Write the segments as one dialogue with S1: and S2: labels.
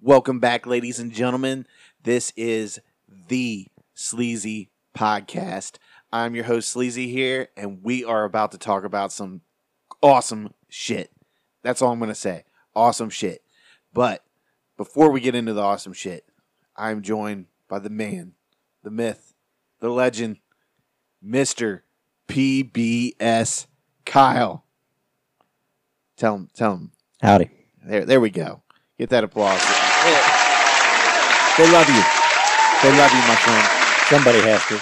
S1: Welcome back, ladies and gentlemen. This is the Sleazy Podcast. I'm your host, Sleazy, here, and we are about to talk about some awesome shit. That's all I'm going to say. Awesome shit. But before we get into the awesome shit, I'm joined by the man, the myth, the legend, Mr. PBS Kyle. Tell him, tell him.
S2: Howdy.
S1: There, there we go. Get that applause. They love you. They love you, my friend.
S2: Somebody has to.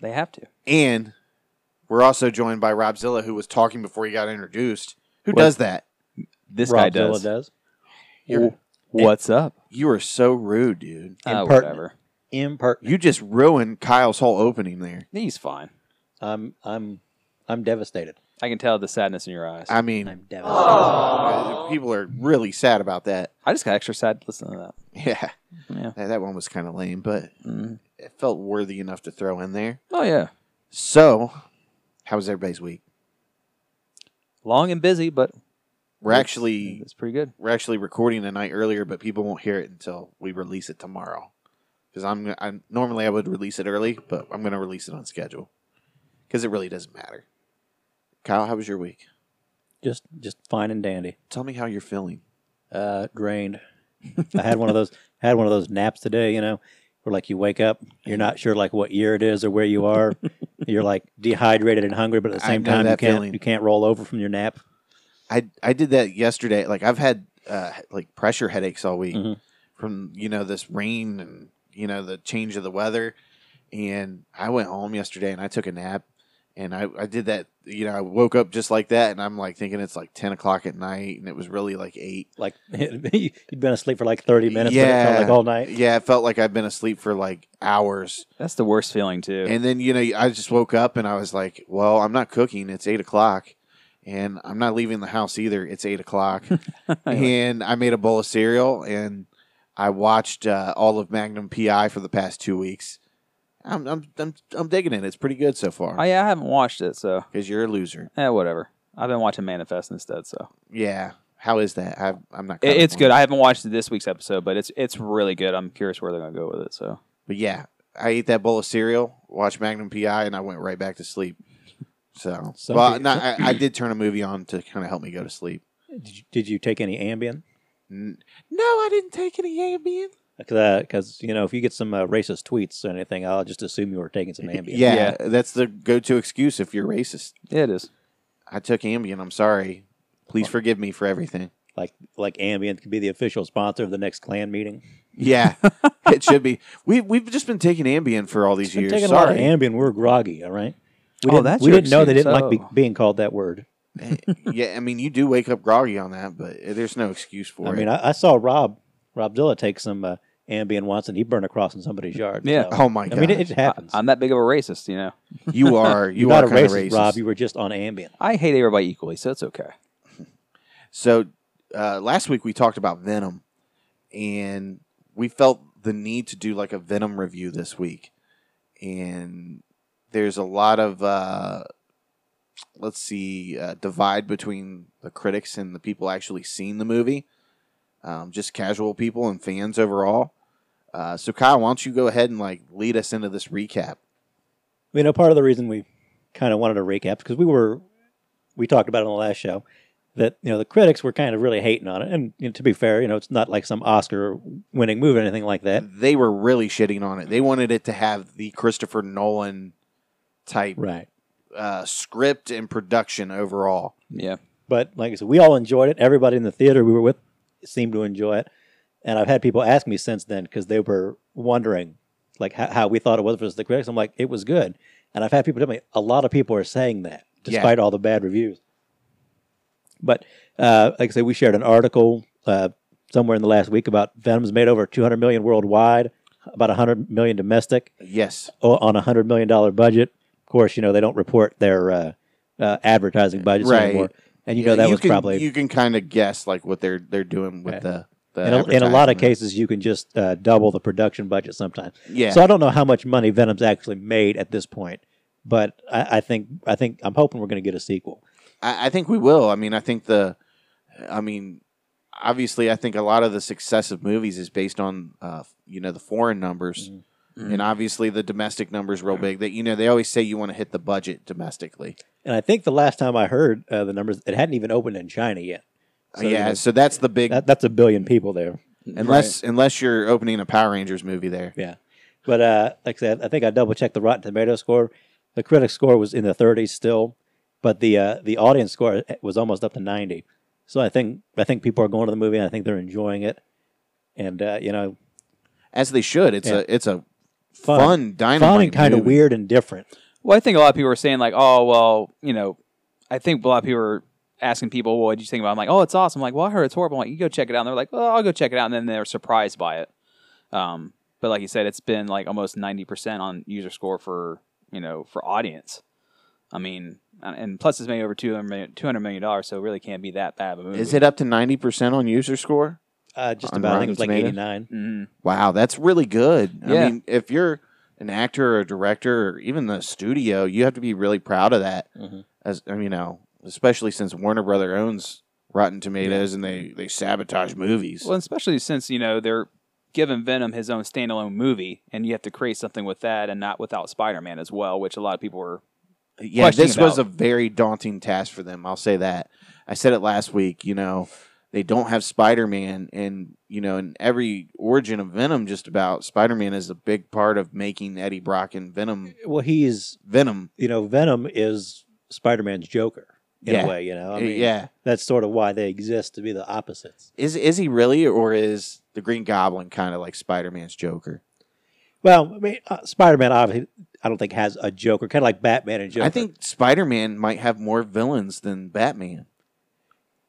S2: They have to.
S1: And we're also joined by Rob Zilla, who was talking before he got introduced. Who
S3: What?
S1: does that?
S3: This
S2: Rob
S3: guy does.
S2: Zilla does.
S1: You're,
S3: What's up?
S1: you are so rude, dude.
S3: Uh,
S2: Impertinent.
S3: whatever.
S2: Impertinent.
S1: You just ruined Kyle's whole opening there.
S3: He's fine.
S2: I'm I'm I'm devastated.
S3: I can tell the sadness in your eyes. I,
S1: I mean,
S2: I'm devastated.
S1: uh, people are really sad about that.
S3: just got extra sad listening to that.
S1: Yeah.
S3: Yeah.
S1: That, that one was kind of lame, but
S2: Mm.
S3: Mhm.
S1: it felt worthy enough to throw in there.
S3: Oh yeah,
S1: So, how was everybody's week?
S3: long and busy, but
S1: We're actually
S3: it's pretty good.
S1: we're actually recording the night earlier, but people won't hear it until we release it tomorrow. Because I'm, I'm normally I would release it early, but I'm going to release it on schedule because it really doesn't matter. Kyle, how was your week?
S2: Just just fine and dandy.
S1: Tell me how you're feeling.
S2: Uh, drained. I had one of those had one of those naps today. You know, where like you wake up, you're not sure like what year it is or where you are. you're like dehydrated and hungry, but at the
S1: I
S2: same
S1: know
S2: time you
S1: that
S2: can't
S1: feeling.
S2: you can't roll over from your nap.
S1: I I did that yesterday. Like I've had uh, like pressure headaches all week
S2: Mhm.
S1: from you know this rain and you know the change of the weather. And I went home yesterday and I took a nap. And I, I did that, you know, I woke up just like that and I'm like thinking it's like 10 o'clock at night and it was really like 8.
S2: Like you'd been asleep for like thirty minutes, but it felt
S1: Yeah.
S2: like all night.
S1: Yeah, it felt like I've been asleep for like hours.
S3: That's the worst feeling too.
S1: And then, you know, I just woke up and I was like, well, I'm not cooking. It's eight o'clock. And I'm not leaving the house either. It's eight o'clock. and I made a bowl of cereal and I watched uh, all of Magnum PI for the past two weeks. I'm, I'm, I'm, I'm digging it. It's pretty good so
S3: oh
S1: far.
S3: yeah, I haven't watched it, so
S1: Because you're a loser.
S3: eh, whatever. I've been watching Manifest instead, so
S1: Yeah. How is that? I've, I'm not.
S3: it, it's
S1: colorblind.
S3: good. I haven't watched this week's episode, but it's it's really good. I'm curious where they're gonna go with it. So
S1: But yeah, I ate that bowl of cereal, watched Magnum PI, and I went right back to sleep. So,
S2: Some
S1: well,
S2: pe-
S1: no, I, I did turn a movie on to kind of help me go to sleep.
S2: Did you, did you take any Ambien?
S1: N- No, I didn't take any Ambien.
S2: Because uh, you know, if you get some uh, racist tweets or anything, I'll just assume you were taking some Ambien.
S1: Yeah, that's the go-to excuse if you're racist.
S3: yeah, it is.
S1: I took Ambien. I'm sorry. Please forgive me for everything.
S2: like like Ambien could be the official sponsor of the next clan meeting.
S1: Yeah, it should be. We we've just been taking Ambien for all these
S2: Been
S1: years.
S2: taking a lot of
S1: sorry,
S2: Ambien, we're groggy. All right. We
S3: Oh,
S2: didn't,
S3: that's
S2: we
S3: your
S2: didn't know they
S3: excuse.
S2: didn't like be,
S3: Oh.
S2: being called that word.
S1: Eh, yeah. I mean, you do wake up groggy on that, but there's no excuse for
S2: I
S1: it.
S2: mean, I, I saw Rob Rob Zilla take some uh, Ambien once, and he burned a cross in somebody's yard.
S3: Yeah.
S2: so-
S1: oh my
S2: I
S1: god,
S2: mean, it, it happens.
S3: I'm that big of a racist, you know.
S1: you are you
S2: You're
S1: are
S2: not a
S1: kind of
S2: racist, Rob. You were just on Ambien.
S3: I hate everybody equally, so it's okay.
S1: So uh, last week we talked about Venom, and we felt the need to do like a Venom review this week. And there's a lot of uh, let's see uh, divide between the critics and the people actually seeing the movie, um, just casual people and fans overall. Uh, so Kyle, why don't you go ahead and like lead us into this recap?
S2: You know, part of the reason we kind of wanted to recap because we were we talked about it on the last show that you know the critics were kind of really hating on it, and you know, to be fair, you know, it's not like some Oscar-winning movie or anything like that.
S1: They were really shitting on it. They wanted it to have the Christopher Nolan type
S2: Right.
S1: uh, script and production overall.
S2: Mm.
S3: Yeah,
S2: But like I said, we all enjoyed it. Everybody in the theater we were with seemed to enjoy it. And I've had people ask me since then because they were wondering like how, how we thought it was versus the critics. I'm like, it was good. And I've had people tell me a lot of people are saying that
S1: Yeah.
S2: despite all the bad reviews. But uh, like I said, we shared an article uh, somewhere in the last week about Venom's made over 200 million worldwide, about 100 million domestic
S1: Yes,
S2: o- on a hundred million dollar budget. Of course, you know they don't report their uh, uh, advertising budgets
S1: Right.
S2: anymore, and you know that was
S1: can,
S2: probably
S1: you can kind of guess like what they're they're doing with
S2: Yeah.
S1: the, the
S2: in, a, in a lot of
S1: advertisement.
S2: cases you can just uh, double the production budget sometimes.
S1: Yeah,
S2: So I don't know how much money Venom's actually made at this point, But I, I think I think I'm hoping we're going to get a sequel.
S1: I, I think we will. I mean, I think the, I mean, obviously, I think a lot of the success of movies is based on, uh, you know, the foreign numbers,
S2: Mm-hmm.
S1: and obviously the domestic numbers real big. That you know they always say you want to hit the budget domestically.
S2: And I think the last time I heard uh, the numbers, it hadn't even opened in China yet.
S1: Uh, yeah, so that's the big
S2: That, that's a billion people there.
S1: unless unless you're opening a Power Rangers movie there.
S2: Yeah. But uh, like I said, I think I double checked the Rotten Tomato score. The critic score was in the 30s still, but the uh, the audience score was almost up to 90. So I think I think people are going to the movie and I think they're enjoying it. And uh, you know,
S1: As they should. It's
S2: Yeah.
S1: a it's a
S2: Fun.
S1: fun,
S2: fun
S1: dynamite,
S2: and kind of
S1: movie.
S2: weird and different.
S3: Well, I think a lot of people are saying like, oh, well, you know, I think a lot of people are asking people, well, what did you think about? it? I'm like, oh, it's awesome. I'm like, well, I heard it's horrible. I'm like, you go check it out. And they're like, well, I'll go check it out. And then they're surprised by it. Um, but like you said, it's been like almost ninety percent on user score for you know for audience. I mean, and- and plus it's made over two hundred million dollars, so it really can't be that bad of a movie.
S1: Is it up to ninety percent on user score?
S2: Uh, just
S1: On
S2: about I think
S1: Rotten
S2: it was like
S1: Tomatoes?
S2: 89.
S3: Mhm.
S1: Wow, that's really good.
S3: Yeah.
S1: I mean, if you're an actor or a director or even the studio, you have to be really proud of that.
S2: Mhm.
S1: As I mean, you know, especially since Warner Brother owns Rotten Tomatoes and they they sabotage movies.
S3: Well, especially since you know they're giving Venom his own standalone movie, and you have to create something with that, and not without Spider-Man as well, which a lot of people were.
S1: yeah, this
S3: questioning
S1: was a
S3: about-
S1: very daunting task for them. I'll say that. I said it last week. You know, they don't have Spider Man, and you know, in every origin of Venom, just about Spider Man is a big part of making Eddie Brock and Venom
S2: Well, he's,
S1: Venom.
S2: you know, Venom is Spider-Man's Joker in
S1: Yeah. Eh,
S2: a way, you know. I mean,
S1: yeah,
S2: that's sort of why they exist to be the opposites.
S1: Is is he really, or is the Green Goblin kind of like Spider Man's Joker?
S2: Well, I mean, uh, Spider Man obviously, I don't think has a Joker, kind of like Batman and Joker.
S1: I think Spider Man might have more villains than Batman.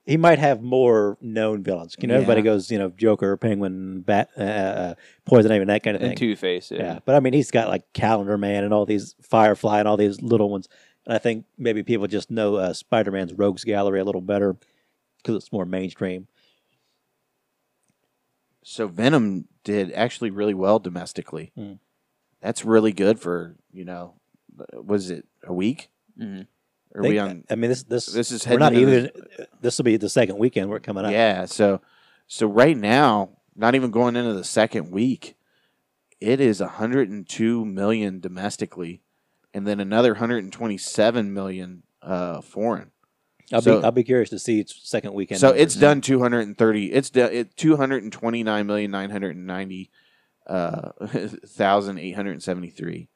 S2: he might have more known villains. You know, everybody
S1: Yeah.
S2: goes, you know, Joker, Penguin, Bat, uh, uh, Poison Ivy, and that kind of thing.
S3: And Two Face,
S2: yeah. but I mean, he's got like Calendar Man and all these Firefly and all these little ones. And I think maybe people just know uh, Spider Man's Rogues Gallery a little better because it's more mainstream.
S1: So Venom did actually really well domestically.
S2: Mm.
S1: That's really good for you know, was it a week?
S3: hmm
S1: Are
S2: Think-
S1: we on?
S2: I mean, this this,
S1: This is
S2: we're
S1: heading
S2: not
S1: into
S2: even. uh, This will be the second weekend we're coming up.
S1: Yeah. So so right now, not even going into the second week, it is 102 million domestically, and then another 127 million uh, foreign.
S2: I'll
S1: So-
S2: be I'll be curious to see its second weekend.
S1: So
S2: numbers.
S1: it's done 230. It's do, it 229,990 uh 1873.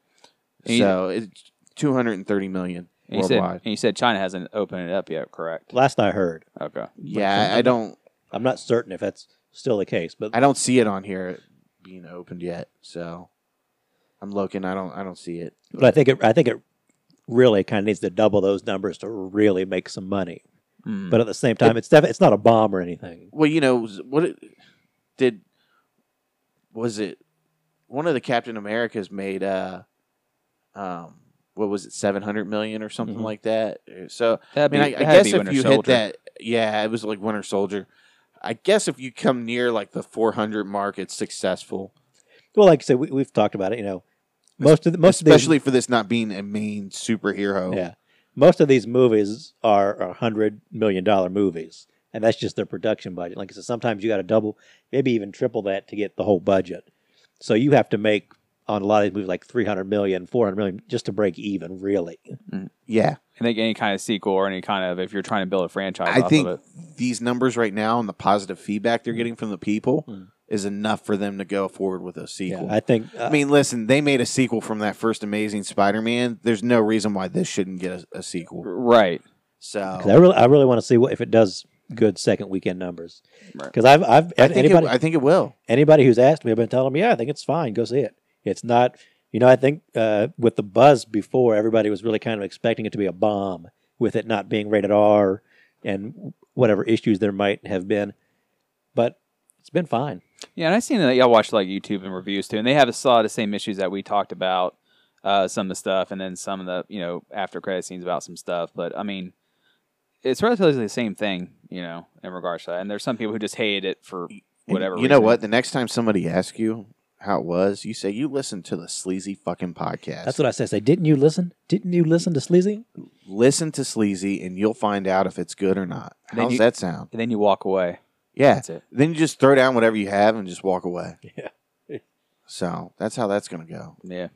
S3: And you-
S1: So it's 230 million
S3: And you said,
S1: worldwide.
S3: and you said China hasn't opened it up yet, correct?
S2: last I heard.
S3: Okay.
S1: yeah, I don't
S2: I'm not certain if that's still the case, but
S1: I don't see it on here being opened yet. So I'm looking. I don't I don't see it.
S2: but I think it I think it really kind of needs to double those numbers to really make some money.
S3: Mm.
S2: But at the same time, it's definitely it's not a bomb or anything.
S1: Well, you know what it, did was it one of the Captain Americas made uh um what was it 700 million or something
S3: Mm-hmm.
S2: Mhm.
S1: like that. So
S3: That'd
S1: I mean,
S3: be-
S1: I, I
S3: that'd
S1: guess
S3: be
S1: if
S3: Winter
S1: you hit
S3: Soldier.
S1: that, yeah, it was like Winter Soldier. I guess if you come near like the 400 mark, it's successful,
S2: Well, like I said, we, we've talked about it. You know, most of the, most
S1: especially for this not being a main superhero.
S2: of these, yeah, most of these movies are a hundred million dollar movies, and that's just their production budget. Like I said, sometimes you got to double, maybe even triple that to get the whole budget. So you have to make on a lot of these movies like 300 million, 400 million just to break even, really.
S1: yeah.
S3: I think any kind of sequel or any kind of if you're trying to build a franchise,
S1: I
S3: off
S1: think
S3: of it.
S1: these numbers right now and the positive feedback they're getting from the people
S2: Mm.
S1: is enough for them to go forward with a sequel.
S2: I think uh,
S1: I, mean, listen, they made a sequel from that first Amazing Spider-Man. There's no reason why this shouldn't get a, a sequel.
S3: right?
S1: So
S2: 'Cause I really, I really want to see what if it does good second weekend numbers.
S3: Right.
S2: Because I've, I've
S1: I think,
S2: anybody,
S1: it, I think it will.
S2: anybody who's asked me, I've been telling them, yeah, I think it's fine. Go see it. It's not, you know, I think uh, with the buzz before, everybody was really kind of expecting it to be a bomb, with it not being rated R, and whatever issues there might have been. But it's been fine.
S3: Yeah, and I've seen that y'all watch like YouTube and reviews too, and they have a lot of the same issues that we talked about, uh, some of the stuff, and then some of the you know after credit scenes about some stuff. But I mean, it's relatively the same thing, you know, in regards to that. And there's some people who just hated it for
S1: And
S3: whatever.
S1: You know
S3: reason.
S1: what? The next time somebody asks you, how it was. You say you listened to the sleazy fucking podcast.
S2: That's what I say. Say, didn't you listen? Didn't you listen to Sleazy?
S1: Listen to sleazy, and you'll find out if it's good or not.
S3: Then
S1: How's
S3: you-
S1: that sound?
S3: And then you walk away.
S1: Yeah.
S3: That's it.
S1: Then you just throw down whatever you have and just walk away.
S2: Yeah.
S1: So that's how that's gonna go.
S3: Yeah.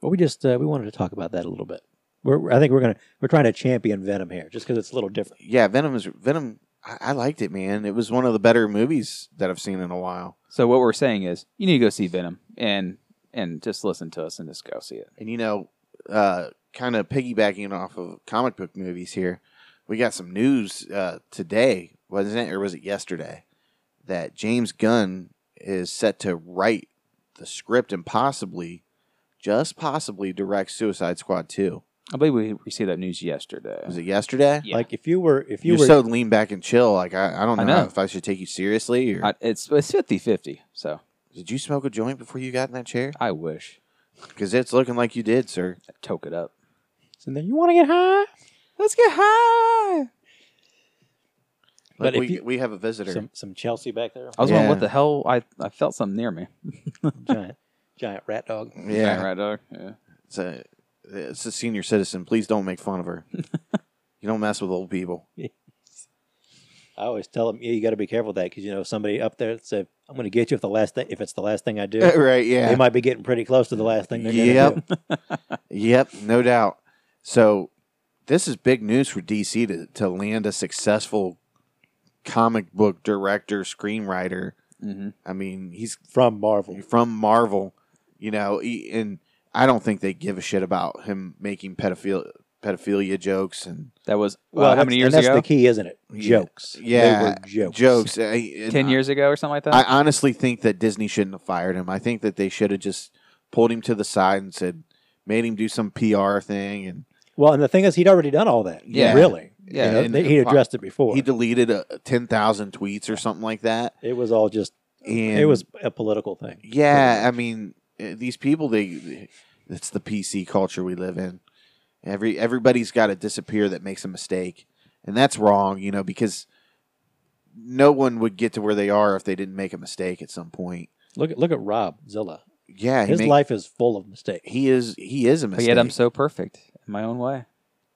S2: Well, we just uh, we wanted to talk about that a little bit. We're, we're- I think we're gonna we're trying to champion Venom here, just because it's a little different.
S1: Yeah, Venom is Venom. I, I liked it, man. It was one of the better movies that I've seen in a while.
S3: So what we're saying is you need to go see Venom and and just listen to us and just go see it.
S1: And you know, uh, kind of piggybacking off of comic book movies here, we got some news uh, today, wasn't it, or was it yesterday, that James Gunn is set to write the script and possibly, just possibly, direct Suicide Squad two.
S3: I believe we received that news yesterday.
S1: Was it yesterday?
S3: Yeah.
S2: Like if you were if you
S1: You are
S2: were
S1: so lean back and chill. Like I, I don't know,
S3: I know.
S1: if I should take you seriously. Or
S3: I, it's it's 50-50, so
S1: did you smoke a joint before you got in that chair?
S3: I wish
S1: Because it's looking like you did, sir.
S3: I toke it up.
S2: and then you want to get high.
S3: Let's get high.
S1: Look,
S2: But if
S1: we,
S2: you-
S1: we have a visitor.
S2: Some some Chelsea back
S3: I
S2: there,
S3: was wondering
S1: Yeah.
S3: what the hell I, I felt something near me.
S2: giant giant rat dog.
S1: yeah,
S3: right, dog. Yeah.
S1: it's a it's a senior citizen. Please don't make fun of her. you don't mess with old people.
S2: I always tell them, yeah, you got to be careful with that because you know somebody up there said, "I'm going to get you if the last thing if it's the last thing I do."
S1: right? Uh, Yeah.
S2: They might be getting pretty close to the last thing they're going to do.
S1: Yep. yep. No doubt. So this is big news for DC to to land a successful comic book director screenwriter.
S3: Mm-hmm.
S1: I mean, he's
S2: From Marvel,
S1: from Marvel, you know, he- and I don't think they give a shit about him making pedophilia pedophilia jokes and
S3: That was well, how
S2: that's-
S3: many years
S2: and that's
S3: ago?
S2: the key, isn't it?
S1: Yeah.
S2: Jokes.
S1: Yeah.
S2: they were jokes.
S1: jokes. I-
S3: Ten
S1: I-
S3: years ago or something like that.
S1: I honestly think that Disney shouldn't have fired him. I think that they should have just pulled him to the side and said, made him do some PR thing, and
S2: Well, and the thing is, he'd already done all that.
S1: Yeah.
S2: really.
S1: Yeah,
S2: you know,
S1: and-
S2: they- he'd addressed it before.
S1: he deleted uh, ten thousand tweets or something like that.
S2: it was all just.
S1: And
S2: it was a political thing.
S1: yeah. I mean, uh, these people they it's the PC culture we live in. Every everybody's got to disappear that makes a mistake, and that's wrong, you know, because no one would get to where they are if they didn't make a mistake at some point.
S2: Look at look at Rob Zilla.
S1: Yeah, he
S2: His
S1: make-
S2: life is full of mistakes.
S1: He is he is a
S3: but
S1: mistake,
S3: yet I'm so perfect in my own way.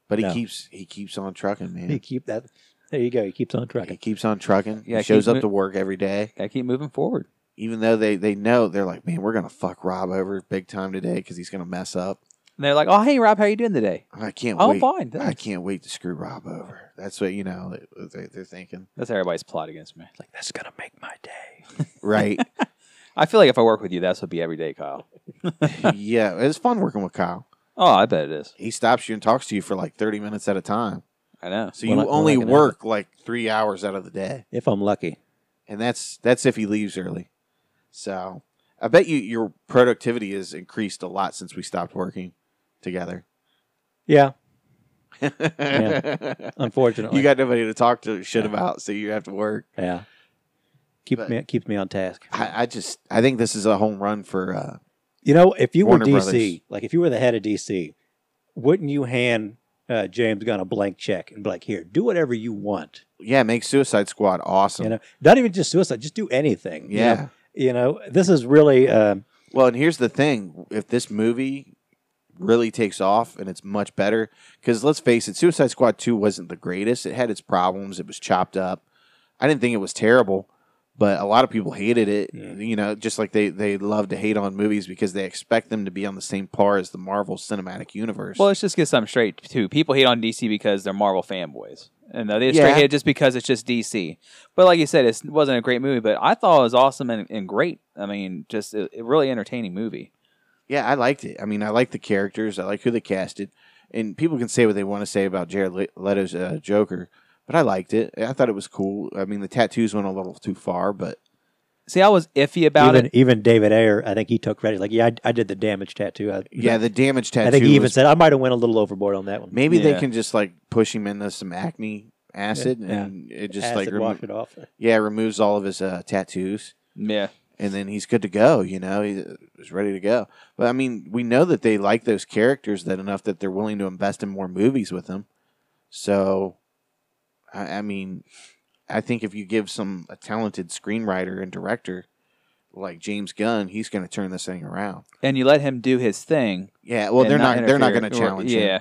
S1: but he
S2: No.
S1: keeps he keeps on trucking, man.
S2: He keep that. There you go. He keeps on
S1: He
S2: trucking.
S1: keeps on trucking.
S3: Yeah,
S1: he shows
S3: keep
S1: up
S3: mo-
S1: to work every day,
S3: Gotta keep moving forward.
S1: even though they they know they're like, man, we're gonna fuck Rob over big time today because he's gonna mess up.
S3: And they're like, "Oh, hey, Rob, how you doing today?"
S1: I can't
S3: Oh, I'm
S1: wait.
S3: fine.
S1: I
S3: Thanks.
S1: can't wait to screw Rob over. That's what you know they- they, they're thinking,
S3: That's everybody's plot against me.
S2: Like that's gonna make my day.
S1: right?
S3: I feel like if I work with you, that's would be every day, Kyle.
S1: yeah, it's fun working with Kyle.
S3: Oh, I bet it is.
S1: He stops you and talks to you for like thirty minutes at a time,
S3: I know.
S1: so
S2: When
S1: you
S2: I- when
S1: only
S2: I can
S1: work like three hours out of the day,
S2: If I'm lucky,
S1: and that's that's if he leaves early. So I bet you your productivity has increased a lot since we stopped working together.
S2: yeah. Unfortunately,
S1: you got nobody to talk to shit about, so you have to work.
S2: yeah. Keeps
S1: But-
S2: me keeps me on task.
S1: I, I just, I think this is a home run for. Uh,
S2: You know, if you
S1: Warner
S2: were DC,
S1: Brothers.
S2: like if you were the head of DC, wouldn't you hand uh, James Gunn a blank check and be like, "Here, do whatever you want."
S1: yeah, make Suicide Squad awesome.
S2: You know, not even just suicide, just do anything. you
S1: yeah.
S2: know? you know, this is really um,
S1: Well, and here's the thing: if this movie really takes off and it's much better, because let's face it, Suicide Squad Two wasn't the greatest. It had its problems. It was chopped up. I didn't think it was terrible, but a lot of people hated it.
S2: Yeah.
S1: You know, just like they they love to hate on movies because they expect them to be on the same par as the Marvel Cinematic Universe.
S3: Well, let's just get something straight too. People hate on DC because they're Marvel fanboys, and they just
S1: Yeah.
S3: straight hate it just because it's just DC. But like you said, it wasn't a great movie, but I thought it was awesome and, and great. I mean, just a, a really entertaining movie.
S1: Yeah, I liked it. I mean, I like the characters. I like who they casted, and people can say what they want to say about Jared Le- Leto's uh, Joker, but I liked it. I thought it was cool. I mean, the tattoos went a little too far, but
S3: See, I was iffy about
S2: even
S3: it.
S2: even David Ayer, I think he took credit. Like, yeah, I, I did the damage tattoo. I,
S1: yeah, the damage tattoo.
S2: I think he even
S1: was-
S2: said I might have went a little overboard on that one.
S1: maybe they
S3: Yeah.
S1: can just like push him into some acne acid,
S2: Yeah.
S1: and it just
S2: Acid
S1: like remo-
S2: wash it off.
S1: yeah removes all of his uh, tattoos.
S3: Yeah,
S1: and then he's good to go. You know, He- uh, he's ready to go. But I mean, we know that they like those characters that enough that they're willing to invest in more movies with them. So, I, I mean, I think if you give some a talented screenwriter and director like James Gunn, he's going to turn this thing around.
S3: and you let him do his thing.
S1: Yeah, well,
S3: and
S1: they're not, they're not going
S3: interfere-
S1: to
S3: or-
S1: challenge him.
S3: Yeah,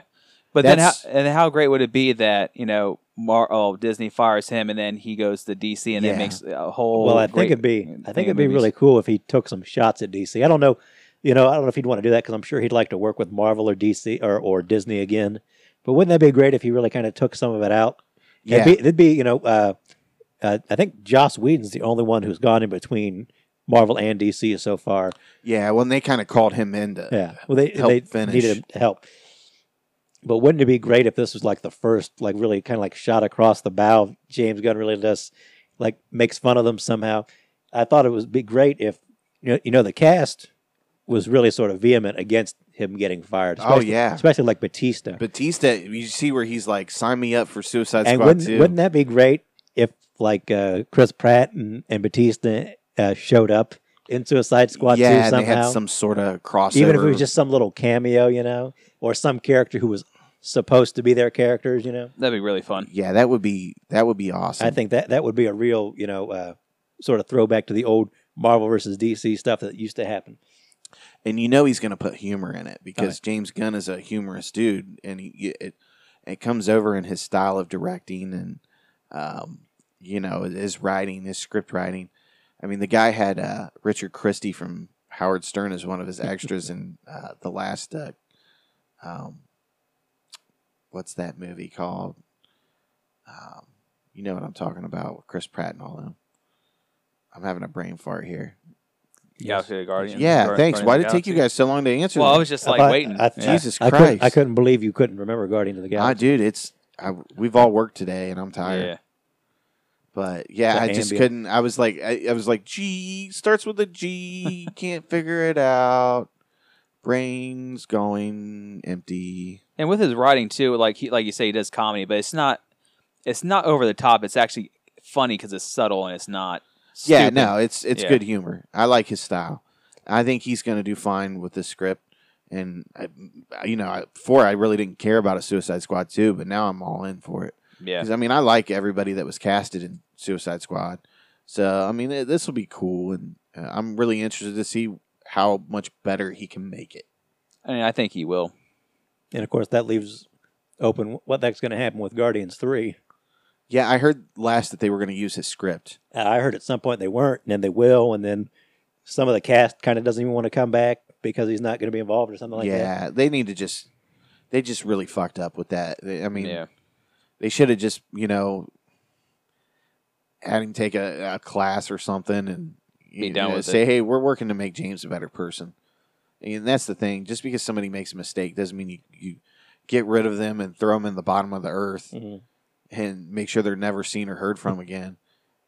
S3: but
S1: That's-
S3: then how and how great would it be that you know Mar- oh, Disney fires him and then he goes to DC and
S1: Yeah.
S3: then makes a whole.
S2: well, I think
S3: great
S2: it'd be
S3: thing
S2: I
S3: of
S2: think it'd be
S3: movies.
S2: really cool if he took some shots at DC. I don't know, you know, I don't know if he'd want to do that because I'm sure he'd like to work with Marvel or DC or, or Disney again. But wouldn't that be great if he really kind of took some of it out?
S1: Yeah,
S2: It'd be, it'd be you know, uh, uh, I think Joss Whedon's the only one who's gone in between Marvel and DC so far.
S1: yeah. Well, and they kind of called him in to.
S2: Yeah. Well, they
S1: Help
S2: they
S1: finish.
S2: needed him to help. But wouldn't it be great if this was like the first, like really kind of like shot across the bow? James Gunn really does, like makes fun of them somehow. I thought it would be great if you know, you know the cast was really sort of vehement against him getting fired.
S1: Oh
S2: especially-
S1: yeah,
S2: especially like Batista.
S1: Batista. You see where he's like, sign me up for Suicide
S2: and
S1: Squad
S2: wouldn't,
S1: too.
S2: wouldn't that be great if like uh, Chris Pratt and, and Batista uh, showed up in Suicide Squad
S1: yeah,
S2: 2
S1: and they
S2: somehow?
S1: had some sort of crossover.
S2: even if it was just some little cameo, you know, or some character who was supposed to be their characters, you know.
S3: that'd be really fun.
S1: yeah, that would be that would be awesome.
S2: I think that that would be a real, you know, uh, sort of throwback to the old Marvel versus DC stuff that used to happen.
S1: and you know he's going to put humor in it because James Gunn is a humorous dude, and he it it comes over in his style of directing and um, you know his writing, his script writing. I mean, the guy had uh, Richard Christie from Howard Stern as one of his extras in uh, the last uh, um, what's that movie called? Um, you know what I'm talking about with Chris Pratt and all them. I'm having a brain fart here.
S3: Galaxy of Guardians.
S1: Yeah,
S3: Guar-
S1: thanks.
S3: Guardians
S1: Why
S3: of
S1: did
S3: the
S1: it take you
S3: Galaxy.
S1: guys so long to answer?
S3: Well,
S1: that?
S3: I was just like
S2: I-
S3: waiting.
S2: I-
S3: Yeah.
S1: Jesus
S2: I
S1: Christ!
S2: couldn't, I couldn't believe you couldn't remember Guardians of the
S1: Ah,
S2: Galaxy.
S1: dude, it's I, we've all worked today, and I'm tired.
S3: Yeah.
S1: But yeah,
S2: The
S1: I just
S2: ambient.
S1: couldn't. I was like, I, I was like, G starts with a G. can't figure it out. Brains going empty.
S3: and with his writing too, like he like you say, he does comedy, but it's not it's not over the top. It's actually funny because it's subtle and it's not.
S1: Yeah,
S3: stupid.
S1: no, it's it's
S3: Yeah.
S1: good humor. I like his style. I think he's gonna do fine with this script. And I, you know, I, before I really didn't care about a Suicide Squad too, but now I'm all in for it.
S3: Yeah,
S1: 'Cause, I mean, I like everybody that was casted in Suicide Squad. So, I mean, th- this will be cool, and uh, I'm really interested to see how much better he can make it.
S3: I mean, I think he will.
S2: And of course, that leaves open what that's going to happen with Guardians Three.
S1: Yeah, I heard last that they were going to use his script.
S2: And I heard at some point they weren't, and then they will, and then some of the cast kind of doesn't even want to come back because he's not going to be involved or something like that.
S1: yeah, they need to just. They just really fucked up with that. They- I mean,
S3: yeah,
S1: they should have just, you know, had him take a, a class or something and
S3: Be
S1: you
S3: done
S1: know,
S3: with
S1: say,
S3: it.
S1: hey, we're working to make James a better person. And that's the thing. Just because somebody makes a mistake doesn't mean you, you get rid of them and throw them in the bottom of the earth
S2: Mhm.
S3: Mm-hmm.
S1: and make sure they're never seen or heard from again.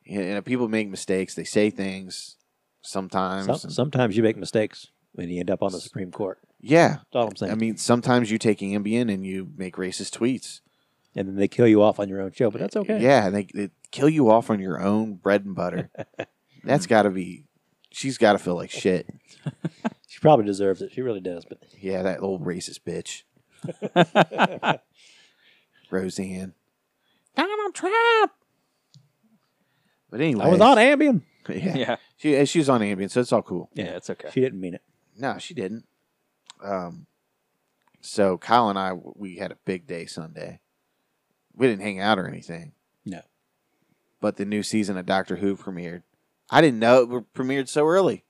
S1: You know, people make mistakes. They say things sometimes.
S2: Some,
S1: and-
S2: sometimes you make mistakes when you end up on the Supreme Court.
S1: yeah.
S2: That's all I'm saying.
S1: I mean, sometimes you take Ambien and you make racist tweets.
S2: and then they kill you off on your own show, but that's okay.
S1: Yeah, and they, they kill you off on your own bread and butter. That's got to be. She's got to feel like shit.
S2: She probably deserves it. She really does. But
S1: Yeah, that old racist bitch, Roseanne. Donald Trump. But anyway,
S2: I was on Ambien.
S1: Yeah,
S3: yeah,
S1: she she was on Ambien, so it's all cool.
S3: yeah. It's okay.
S2: She didn't mean it.
S1: No, she didn't. Um, so Kyle and I we had a big day Sunday. We didn't hang out or anything.
S2: No.
S1: But the new season of Doctor Who premiered. I didn't know it were- premiered so early.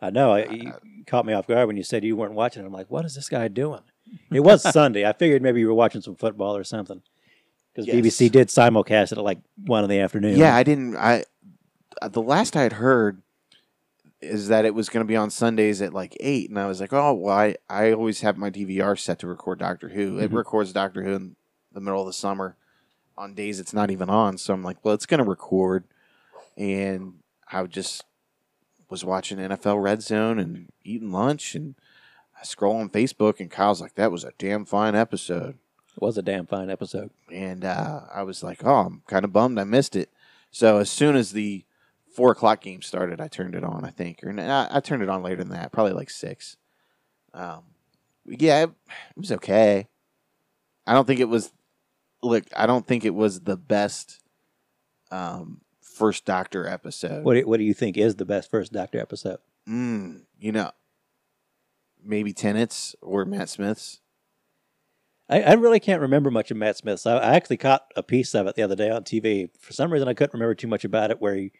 S2: I know. I, you
S1: Uh,
S2: caught me off guard when you said you weren't watching. it. I'm like, what is this guy doing? It was Sunday. I figured maybe you were watching some football or something because
S1: Yes.
S2: BBC did simulcast it at like one in the afternoon.
S1: Yeah, I didn't. I uh, the last I had heard is that it was going to be on Sundays at like eight, and I was like, oh, well, I, I always have my DVR set to record Doctor Who. It
S2: Mhm.
S1: records Doctor Who in the middle of the summer on days it's not even on. So I'm like, well, it's going to record, and I would just was watching NFL Red Zone and eating lunch and. I scroll on Facebook and Kyle's like, "That was a damn fine episode."
S2: it was a damn fine episode.
S1: and uh, I was like, "Oh, I'm kind of bummed I missed it." So as soon as the four o'clock game started, I turned it on. I think, or I, I turned it on later than that, probably like six. Um, yeah, it, it was okay. I don't think it was. Look, I don't think it was the best um, first Doctor episode.
S2: What do, what do you think is the best First Doctor episode?
S1: Mm, you know, maybe Tenet's or Matt Smith's.
S2: I, I really can't remember much of Matt Smith's. I, I actually caught a piece of it the other day on TV. For some reason, I couldn't remember too much about it. Where he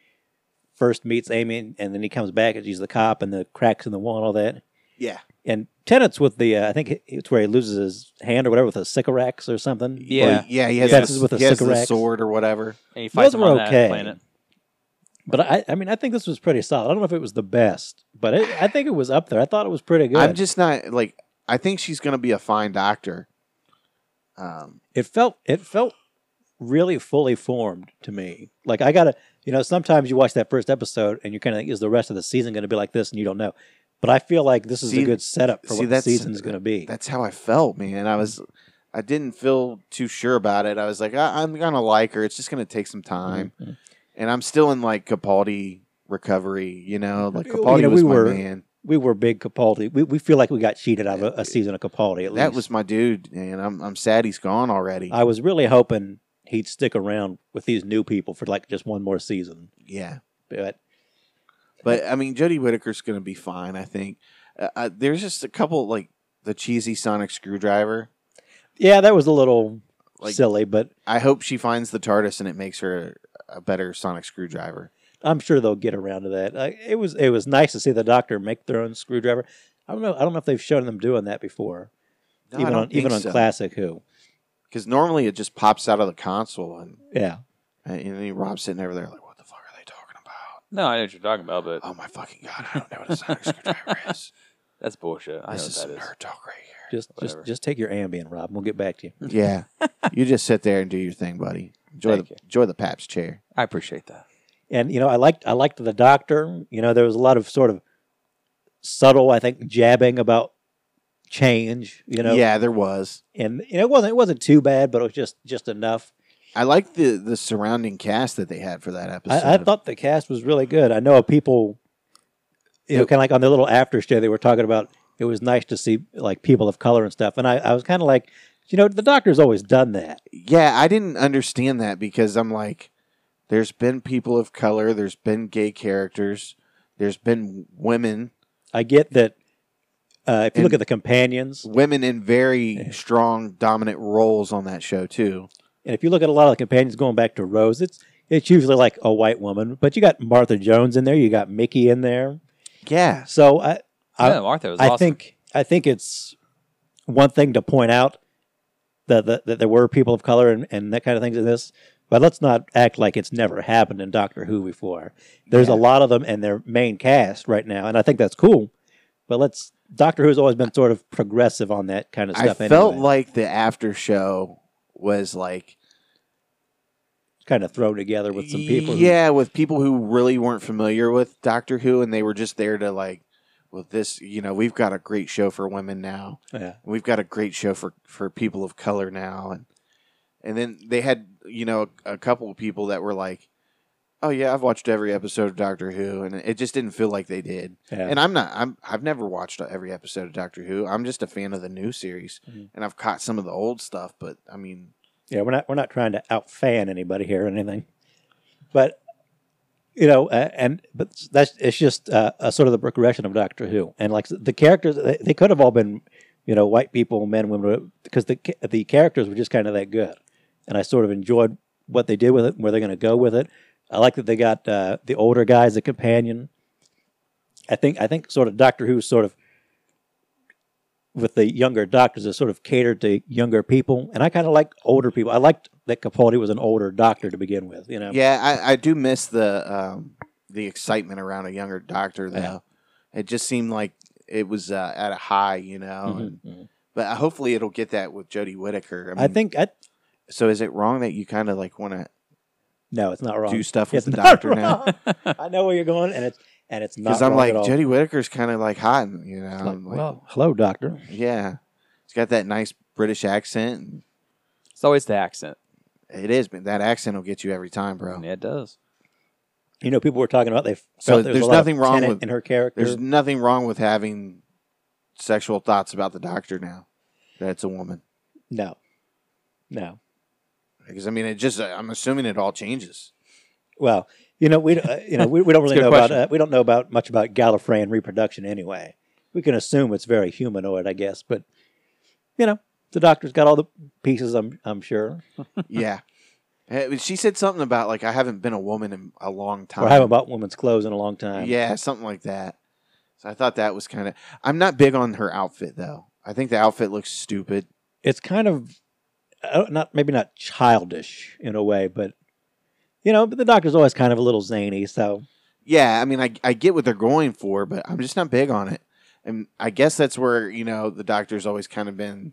S2: first meets Amy, and, and then he comes back and he's the cop, and the cracks in the wall and all that.
S1: Yeah,
S2: And Tennant's with the uh, I think it's where he loses his hand or whatever with a sycorax or something.
S3: Yeah.
S1: Or- yeah. He has
S3: Yeah.
S1: this,
S2: Fences with a
S1: he has this
S2: cigarette.
S1: sword or whatever.
S3: And he fights
S2: Those
S3: him
S2: were
S3: on
S2: okay.
S3: that planet.
S2: But I, I mean, I think this was pretty solid. I don't know if it was the best, but it, I think it was up there. I thought it was pretty good.
S1: I'm just not like I think she's gonna be a fine doctor. Um,
S2: it felt it felt really fully formed to me. Like I gotta, you know, sometimes you watch that first episode and you kind of think, is the rest of the season going to be like this, and you don't know. But I feel like this is
S1: See-
S2: a good setup for
S1: see,
S2: what the
S1: that's-
S2: season's going to be.
S1: that's how I felt, man. I was, I didn't feel too sure about it. I was like, I, I'm gonna like her. It's just gonna take some time,
S2: Mhm.
S1: and I'm still in like Capaldi recovery. You know, like
S2: You
S1: Capaldi
S2: know,
S1: was
S2: we
S1: my
S2: were-
S1: man.
S2: We were big Capaldi. We, we feel like we got cheated out of a, a season of Capaldi. At
S1: That
S2: least Uh,
S1: was my dude, and I'm I'm sad he's gone already.
S2: I was really hoping he'd stick around with these new people for like just one more season.
S1: yeah,
S2: But
S1: but I mean, Jodie Whittaker's gonna be fine. I think. Uh, uh, there's just a couple like the cheesy Sonic screwdriver.
S2: yeah, that was a little
S1: Like
S2: silly. But
S1: I hope she finds the TARDIS and it makes her a better sonic screwdriver.
S2: I'm sure they'll get around to that. Like, it was it was nice to see the Doctor make their own screwdriver. I don't know. I don't know if they've shown them doing that before, even on even on classic Who.
S1: Because normally it just pops out of the console and,
S2: Yeah,
S1: and then Rob's sitting over there like, what the fuck are they talking about?
S3: No, I know what you're talking about, but
S1: Oh my fucking god, I don't know what a sonic screwdriver is.
S3: that's bullshit. I know
S1: This
S3: what
S1: is
S3: that
S1: some
S3: is.
S1: nerd talk right
S2: just
S3: Whatever.
S2: just just take your Ambien, Rob. and We'll get back to you.
S1: here. Yeah. you just sit there and do your thing, buddy. Enjoy
S3: Thank
S1: the
S3: you.
S1: enjoy the Paps chair.
S3: I appreciate that.
S2: And you know, I liked I liked the Doctor. You know, there was a lot of sort of subtle, I think, jabbing about change. You know,
S1: yeah, there was.
S2: and you know, it wasn't it wasn't too bad, but it was just just enough.
S1: I like the the surrounding cast that they had for that episode.
S2: I, I thought the cast was really good. I know people, you know, kind of like on their little after show, they were talking about it was nice to see like people of color and stuff. And I, I was kind of like, you know, the doctor's always done that.
S1: yeah, I didn't understand that because I'm like, there's been people of color, there's been gay characters, there's been women,
S2: I get that. Uh, if you look
S1: And-
S2: at the companions,
S1: women in very
S2: Yeah.
S1: strong, dominant roles on that show too.
S2: and if you look at a lot of the companions going back to Rose, it's it's usually like a white woman, but you got Martha Jones in there, you got Mickey in there.
S1: Yeah,
S2: So I, I,
S3: yeah, Martha was
S2: I
S3: awesome.
S2: think I think it's one thing to point out that that, that there were people of color and, and that kind of things in this, but let's not act like it's never happened in Doctor Who before. There's
S1: Yeah.
S2: a lot of them and their main cast right now, and I think that's cool. But let's Doctor Who's always been sort of progressive on that kind of
S1: I
S2: stuff.
S1: felt
S2: anyway.
S1: like the after show was like
S2: kind of thrown together with some people. who-
S1: Yeah, with people who really weren't familiar with Doctor Who, and they were just there to like, well, this, you know, we've got a great show for women now.
S2: yeah.
S1: we've got a great show for for people of color now and and then they had you know a, couple of people that were like oh yeah i've watched every episode of doctor who and it just didn't feel like they did
S2: yeah.
S1: and i'm not i'm i've never watched every episode of doctor who i'm just a fan of the new series
S2: Mhm.
S1: and i've caught some of the old stuff but i mean
S2: Yeah, we're not we're not trying to outfan anybody here or anything, but you know, uh, and but that's it's just uh, a sort of the progression of Doctor Who, and like the characters, they, they could have all been you know white people, men, women, because the ca- the characters were just kind of that good, and I sort of enjoyed what they did with it, and where they're going to go with it. I like that they got uh, the older guy as a companion. I think I think sort of Doctor Who sort of with the younger doctors is sort of catered to younger people, and I kind of like older people. I liked that Capaldi was an older doctor to begin with. You know,
S1: yeah i i do miss the um the excitement around a younger doctor though
S2: Yeah.
S1: it just seemed like it was uh, at a high you know and,
S2: Mhm, mhm.
S1: but hopefully it'll get that with jodie whittaker
S2: I think I
S1: So is it wrong that you kind of like want to
S2: no, it's not wrong.
S1: do stuff with
S2: it's
S1: the
S2: not
S1: doctor now?
S2: wrong. I know where you're going, and it's and it's not
S1: Because I'm
S2: wrong
S1: like
S2: at all.
S1: Jodie Whittaker's kind of like hot, and, you know.
S2: It's like,
S1: I'm like,
S2: well, hello, doctor.
S1: yeah, it's got that nice British accent.
S3: it's always the accent.
S1: It is, but that accent will get you every time, bro.
S3: Yeah, it does.
S2: You know, people were talking about they felt
S1: So
S2: there was
S1: there's
S2: a lot
S1: nothing
S2: of
S1: wrong
S2: Tennant
S1: with-
S2: in her character.
S1: There's nothing wrong with having sexual thoughts about the doctor now. That it's a woman,
S2: no, no.
S1: because I mean, it just I'm assuming it all changes.
S2: Well, You know, we uh, you know we, we don't really
S3: It's a
S2: know
S3: good
S2: about
S3: question.
S2: uh, we don't know about much about Gallifreyan reproduction anyway. We can assume it's very humanoid, I guess, but you know, the doctor's got all the pieces. I'm I'm sure.
S1: yeah. Eh, but She said something about like I haven't been a woman in a long time.
S2: Or I haven't bought women's clothes in a long time.
S1: Yeah, something like that. So I thought that was kind of. I'm not big on her outfit though. I think the outfit looks stupid.
S2: it's kind of uh, not maybe not childish in a way, but you know, but the doctor's always kind of a little zany. So
S1: Yeah, I mean, I I get what they're going for, but I'm just not big on it. And I guess that's where you know the doctor's always kind of been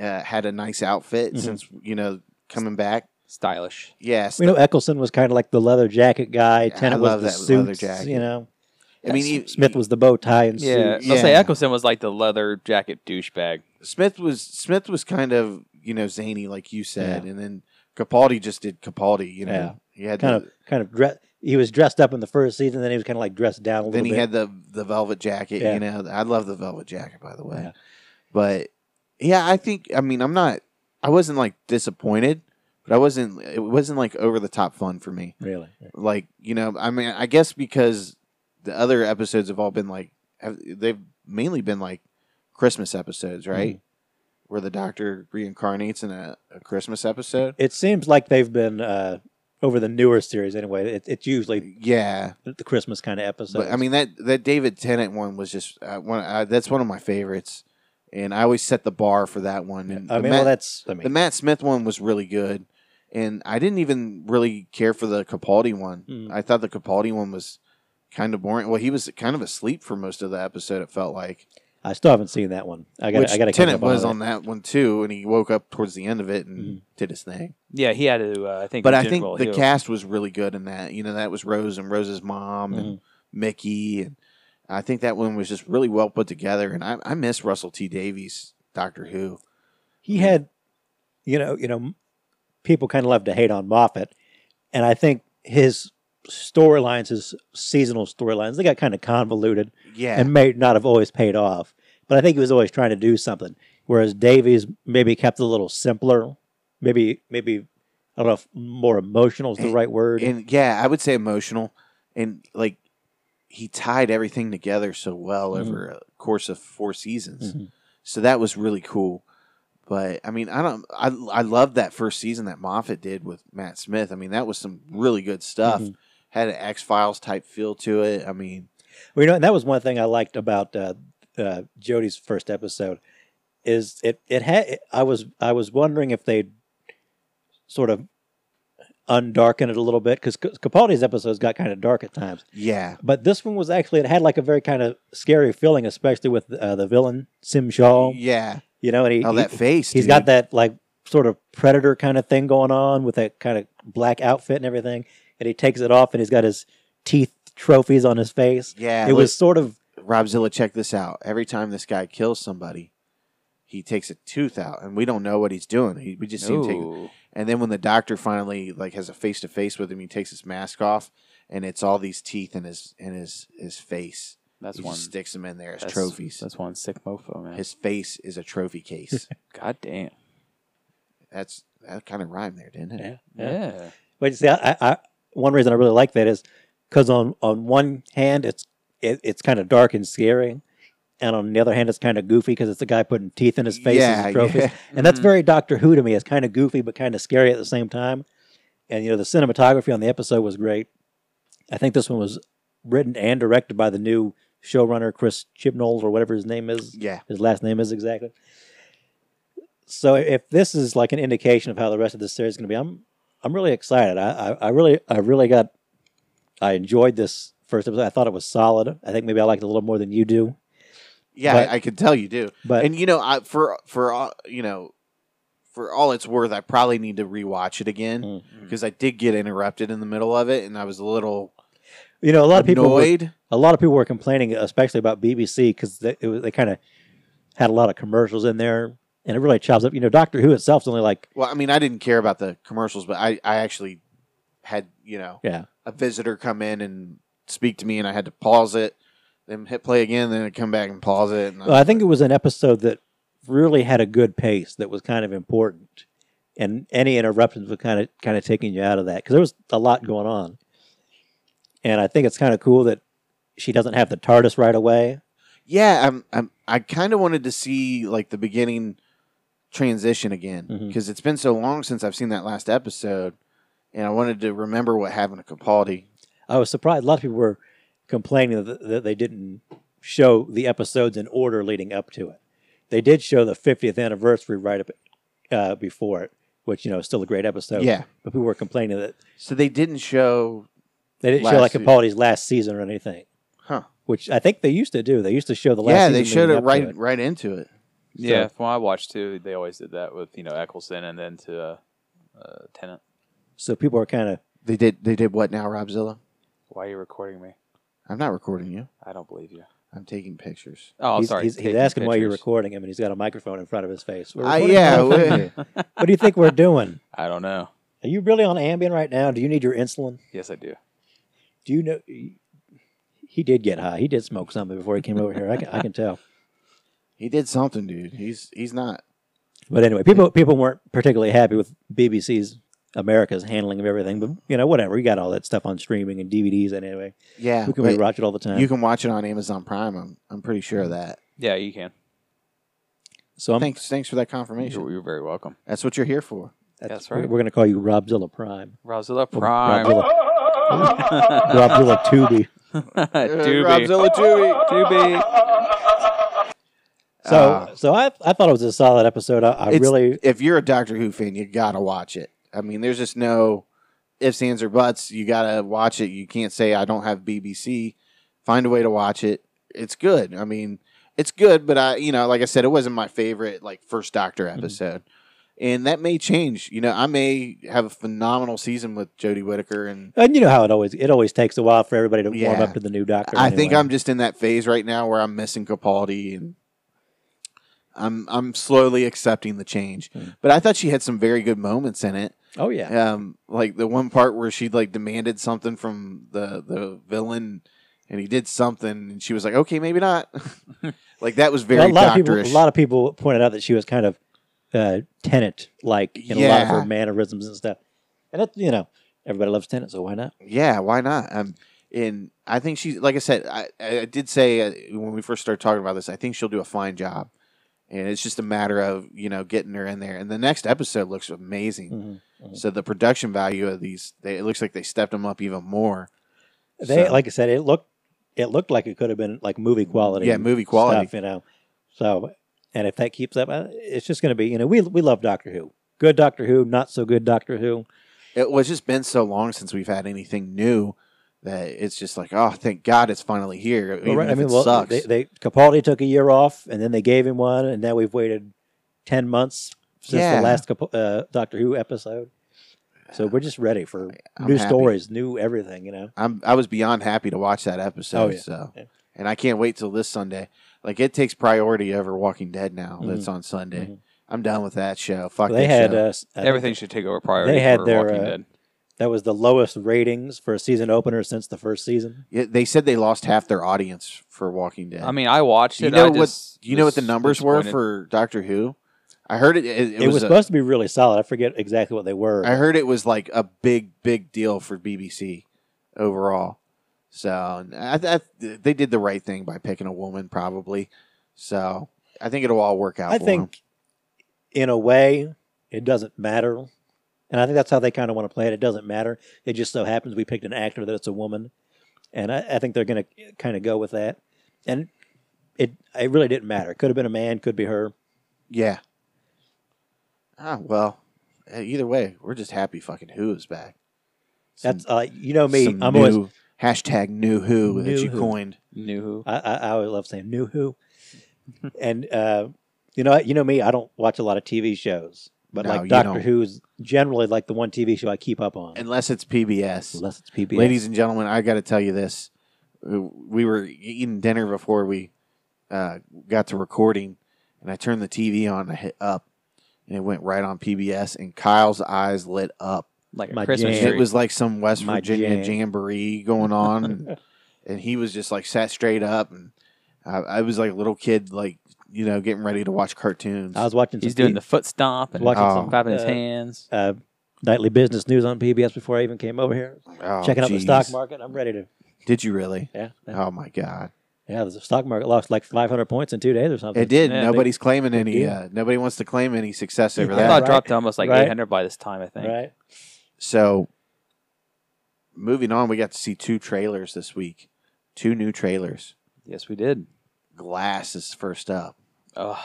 S1: uh, had a nice outfit
S2: Mhm.
S1: since you know coming back.
S3: Stylish.
S1: Yeah,
S2: we know Eccleston was kind of like the leather jacket guy.
S1: Yeah,
S2: Tennant
S1: I
S2: was
S1: love
S2: the
S1: that leather
S2: suits,
S1: jacket.
S2: You know,
S1: I mean, e-,
S2: S-
S1: he-
S2: Smith was the bow tie and
S3: Yeah,
S2: suit.
S1: Yeah.
S3: I'll say Eccleston was like the leather jacket douchebag.
S1: Smith was Smith was kind of you know zany, like you said, and then Capaldi just did Capaldi. You know,
S2: Yeah.
S1: he had
S2: Kind
S1: the,
S2: of, kind of dress. He was dressed up in the first season, then he was kind of like dressed down a little
S1: then he
S2: bit.
S1: had the the velvet jacket.
S2: Yeah.
S1: You know, I love the velvet jacket, by the way.
S2: Yeah.
S1: But yeah, I think I mean I'm not I wasn't like disappointed, but I wasn't it wasn't like over the top fun for me.
S2: really,
S1: Like you know, I mean I guess because the other episodes have all been like have, they've mainly been like Christmas episodes, right?
S2: Mm-hmm.
S1: Where the Doctor reincarnates in a, a Christmas episode.
S2: it seems like they've been uh, over the newer series anyway. It, it's usually
S1: Yeah,
S2: the Christmas kind of episode.
S1: but I mean that that David Tennant one was just uh, one. Uh, that's one of my favorites, and I always set the bar for that one. And
S2: I
S1: the
S2: mean,
S1: Matt,
S2: well, that's
S1: the
S2: I mean,
S1: Matt Smith one was really good, and I didn't even really care for the Capaldi one.
S2: Mm.
S1: I thought the Capaldi one was kind of boring. Well, he was kind of asleep for most of the episode. It felt like
S2: I still haven't seen that one. I got,
S1: which
S2: I got to catch
S1: Tennant
S2: up on Mm-hmm.
S1: was
S2: that.
S1: on um, that one too, and he woke up towards the end of it and did his thing.
S3: Yeah, he had to. Uh, I think.
S1: But I
S3: rejig
S1: think
S3: roll,
S1: the
S3: too.
S1: cast was really good in that. You know, that was Rose and Rose's mom
S2: Mm-hmm.
S1: and Mickey, and I think that one was just really well put together. And I, I miss Russell T Davies Doctor Who.
S2: he had you know you know people kind of love to hate on moffat and i think his storylines his seasonal storylines they got kind of convoluted
S1: Yeah,
S2: and may not have always paid off but i think he was always trying to do something whereas davies maybe kept it a little simpler maybe maybe i don't know if more emotional is the
S1: And-
S2: right word
S1: and yeah, I would say emotional, and like he tied everything together so well
S2: Mm-hmm.
S1: over a course of four seasons.
S2: Mhm.
S1: So that was really cool. But I mean, I don't. I I love that first season that Moffat did with Matt Smith. I mean, that was some really good stuff.
S2: Mhm.
S1: Had an X Files type feel to it. I mean,
S2: Well, you know, and that was one thing I liked about uh, uh, Jody's first episode is it it had I was I was wondering if they'd sort of undarken it a little bit because Capaldi's episodes got kind of dark at times,
S1: yeah,
S2: but this one was actually it had like a very kind of scary feeling, especially with uh, the villain Sim Shaw.
S1: yeah.
S2: You know, and he,
S1: Oh, that
S2: he
S1: face.
S2: he's
S1: dude.
S2: got that like sort of predator kind of thing going on with that kind of black outfit and everything, and he takes it off and he's got his teeth trophies on his face.
S1: Yeah,
S2: it was sort of
S1: Rob Zilla. Check this out. Every time this guy kills somebody, he takes a tooth out, and we don't know what he's doing. He, we just see him take
S3: Ooh.
S1: And then when the doctor finally like has a face to face with him, he takes his mask off, and it's all these teeth in his in his his face.
S3: That's
S1: he
S3: one.
S1: just sticks them in there as
S3: that's-
S1: trophies.
S3: That's one sick mofo, man.
S1: His face is a trophy case.
S3: God damn.
S1: that's that kind of rhymed there, didn't it?
S3: Yeah.
S2: But you see, I, I, I one reason I really like that is because on on one hand it's it, it's kind of dark and scary, and on the other hand it's kind of goofy because it's a guy putting teeth in his face
S1: Yeah,
S2: as trophies,
S1: yeah.
S2: and that's
S3: Mhm.
S2: very Doctor Who to me. It's kind of goofy but kind of scary at the same time, and you know the cinematography on the episode was great. I think this one was written and directed by the new showrunner Chris Chibnall or whatever his name is
S1: Yeah.
S2: his last name is exactly. So if this is like an indication of how the rest of this series is going to be, I'm I'm really excited. I, I I really I really got I enjoyed this first episode. I thought it was solid. I think maybe I liked it a little more than you do.
S1: Yeah,
S2: But-
S1: I, I could tell you do.
S2: But
S1: and you know, I, for for all you know, for all it's worth, I probably need to rewatch it again
S3: Mm.
S1: because I did get interrupted in the middle of it, and I was a little
S2: you know, a lot of people were,
S1: annoyed.
S2: a lot of people were complaining, especially about BBC, because they, it was- they kind of had a lot of commercials in there, and it really chops up. You know, Doctor Who itself is only like
S1: Well, I mean, I didn't care about the commercials, but I, I actually had, you know,
S2: Yeah.
S1: a visitor come in and speak to me, and I had to pause it, then hit play again, then I'd come back and pause it. And
S2: Well, I think it was an episode that really had a good pace that was kind of important, and any interruptions were kind of kind of taking you out of that because there was a lot going on. And I think it's kind of cool that she doesn't have the TARDIS right away.
S1: Yeah, I'm, I'm I kind of wanted to see like the beginning transition again
S2: Mhm.
S1: because it's been so long since I've seen that last episode, and I wanted to remember what happened to Capaldi.
S2: I was surprised. A lot of people were complaining that, that they didn't show the episodes in order leading up to it. They did show the 50th anniversary right up uh, before it, which you know is still a great episode.
S1: yeah,
S2: but people were complaining that
S1: so they didn't show.
S2: they didn't show
S1: Last
S2: like
S1: season.
S2: Capaldi's last season or anything.
S1: Huh.
S2: Which I think they used to do. They used to show the last.
S1: yeah, they
S2: season
S1: showed
S2: leading
S1: it
S2: up to
S1: right right into it.
S3: Yeah, from what I watched too, they always did that with you know Eccleston and then to uh, uh, Tennant.
S2: So people are kind of
S1: They did they did what now, Robzilla?
S3: Why are you recording me?
S1: I'm not recording you.
S3: I don't believe you.
S1: I'm taking pictures.
S3: Oh, I'm
S2: he's,
S3: sorry.
S2: he's, he's
S3: taking
S2: asking why you're
S3: pictures.
S2: recording him, and he's got a microphone in front of his face. We're
S1: Uh,
S2: recording
S1: yeah,
S2: in front of you. what do you think we're doing?
S3: I don't know.
S2: Are you really on Ambien right now? Do you need your insulin?
S3: Yes, I do.
S2: Do you know? He did get high. He did smoke something before he came over here. I can, I can tell.
S1: He did something, dude. He's he's not.
S2: But anyway, people people weren't particularly happy with BBC's America's handling of everything. But you know, whatever. You got all that stuff on streaming and DVDs anyway.
S1: Yeah,
S2: Who can
S1: but
S2: we watch it all the time?
S1: you can watch it on Amazon Prime. I'm I'm pretty sure of that.
S3: Yeah, you can.
S2: so I'm,
S1: Thanks thanks for that confirmation.
S3: You're, you're very welcome.
S1: That's what you're here for.
S3: That's
S2: we're-
S3: right.
S2: We're going to call you Robzilla Prime,
S3: Rosilla
S2: Well,
S3: Prime.
S2: Robzilla Tubi.
S3: Doobie.
S1: Robzilla Doobie.
S3: Doobie.
S2: So
S1: Ah.
S2: so I I thought it was a solid episode. I, I
S1: It's-
S2: really
S1: If you're a Doctor Who fan, you gotta watch it. I mean, there's just no ifs, ands, or buts. You gotta watch it. You can't say I don't have BBC. Find a way to watch it. It's good. I mean, it's good, but I, you know, like I said, it wasn't my favorite like first Doctor episode, and that may change. You know, I may have a phenomenal season with Jodie Whittaker, and
S2: and you know how it always it always takes a while for everybody to warm
S1: Yeah.
S2: up to the new doctor.
S1: I think
S2: anyway.
S1: I'm just in that phase right now where I'm missing Capaldi and I'm I'm slowly accepting the change.
S2: Mm.
S1: But I thought she had some very good moments in it.
S2: Oh yeah.
S1: Um, like the one part where she like demanded something from the the villain, and he did something, and she was like, "Okay, maybe not." like that was very
S2: a lot of
S1: doctorish.
S2: people, a lot of people pointed out that she was kind of uh, tenant like in a lot of her
S1: Yeah.
S2: mannerisms and stuff. And it, you know, everybody loves tenant, so why not?
S1: yeah, why not? Um, and I think she's like I said, I I did say uh, when we first started talking about this, I think she'll do a fine job, and it's just a matter of you know getting her in there. And the next episode looks amazing.
S2: Mm-hmm.
S1: So the production value of these, they, it looks like they stepped them up even more.
S2: They,
S1: So-
S2: like I said, it looked it looked like it could have been like movie quality.
S1: Yeah, movie quality.
S2: stuff, you know. So, and if that keeps up, uh, it's just going to be you know we we love Doctor Who, good Doctor Who, not so good Doctor Who.
S1: it was just been so long since we've had anything new that it's just like, oh, thank God it's finally here. even
S2: Well, right,
S1: if it sucks.
S2: They, they Capaldi took a year off, and then they gave him one, and now we've waited ten months since
S1: Yeah.
S2: the last Cap- uh, Doctor Who episode. So we're just ready for
S1: I'm
S2: new
S1: happy.
S2: stories, new everything. You know,
S1: I'm, I was beyond happy to watch that episode.
S2: Oh, yeah.
S1: So,
S2: Yeah.
S1: and I can't wait till this Sunday. Like it takes priority over Walking Dead now.
S2: Mhm.
S1: That's on Sunday.
S2: Mhm.
S1: I'm done with that show. Fuck.
S2: they
S1: that
S2: had
S1: show.
S2: uh, s- I think
S3: Everything should take over priority
S2: They had
S3: for
S2: their,
S3: Walking
S2: uh,
S3: Dead.
S2: that was the lowest ratings for a season opener since the first season.
S1: Yeah, they said they lost half their audience for Walking Dead.
S3: I mean, I watched
S1: do you
S3: it.
S1: know
S3: I
S1: what?
S3: just
S1: Do you know what the
S3: was
S1: numbers were
S3: disappointed.
S1: for Doctor Who? I heard it. It,
S2: It,
S1: it
S2: was,
S1: a-
S2: supposed to be really solid. I forget exactly what they were.
S1: I heard it was like a big, big deal for BBC overall. So and I, I, they did the right thing by picking a woman, probably. So I think it'll all work out.
S2: I
S1: for
S2: think,
S1: 'em.
S2: in a way, it doesn't matter, and I think that's how they kind of want to play it. It doesn't matter. It just so happens we picked an actor that it's a woman, and I, I think they're going to kind of go with that. And it it really didn't matter. Could have been a man. Could be her.
S1: yeah. Ah, well, eh, either way, we're just happy fucking Who is back. Some-
S2: That's uh, you know me.
S1: some
S2: I'm
S1: new,
S2: always
S1: hashtag new Who that
S2: New
S1: you
S2: Who.
S1: coined.
S3: New Who.
S2: I, I, I always love saying new who, and uh, you know you know me. I don't watch a lot of TV shows, but
S1: No,
S2: like
S1: you
S2: Doctor
S1: don't.
S2: Who's generally like the one TV show I keep up on,
S1: Unless it's PBS.
S2: unless it's PBS.
S1: Ladies and gentlemen, I got to tell you this. Uh, We were eating dinner before we uh, got to recording, and I turned the TV on. I hit up, and it went right on PBS, and Kyle's eyes lit up.
S3: Like
S2: My
S3: a Christmas
S2: jam.
S1: It
S3: tree.
S1: was like some West
S2: My
S1: Virginia
S2: jam.
S1: jamboree going on, and, and he was just like sat straight up, and I, I was like a little kid, like you know, getting ready to watch cartoons.
S2: I was watching.
S3: He's
S2: some
S3: doing
S2: P-
S3: the foot stomp and
S2: watching
S1: Oh.
S2: some
S3: clapping his
S2: uh,
S3: hands.
S2: uh, nightly business news on PBS before I even came over here.
S1: Oh,
S2: Checking out the
S1: geez.
S2: stock market. I'm ready to
S1: Did you really?
S2: Yeah, yeah.
S1: Oh my god,
S2: yeah. The stock market lost like 500 points in two days or something.
S1: it did.
S3: Yeah,
S1: Nobody's claiming any.
S2: deal.
S1: Uh, nobody wants to claim any success over
S2: Yeah.
S3: I
S1: that.
S3: thought it
S2: right.
S3: dropped to almost like
S2: Right.
S3: 800 by this time, I think.
S2: right?
S1: So, moving on, we got to see two trailers this week. Two new trailers.
S3: Yes, we did.
S1: Glass is first up.
S3: Oh, I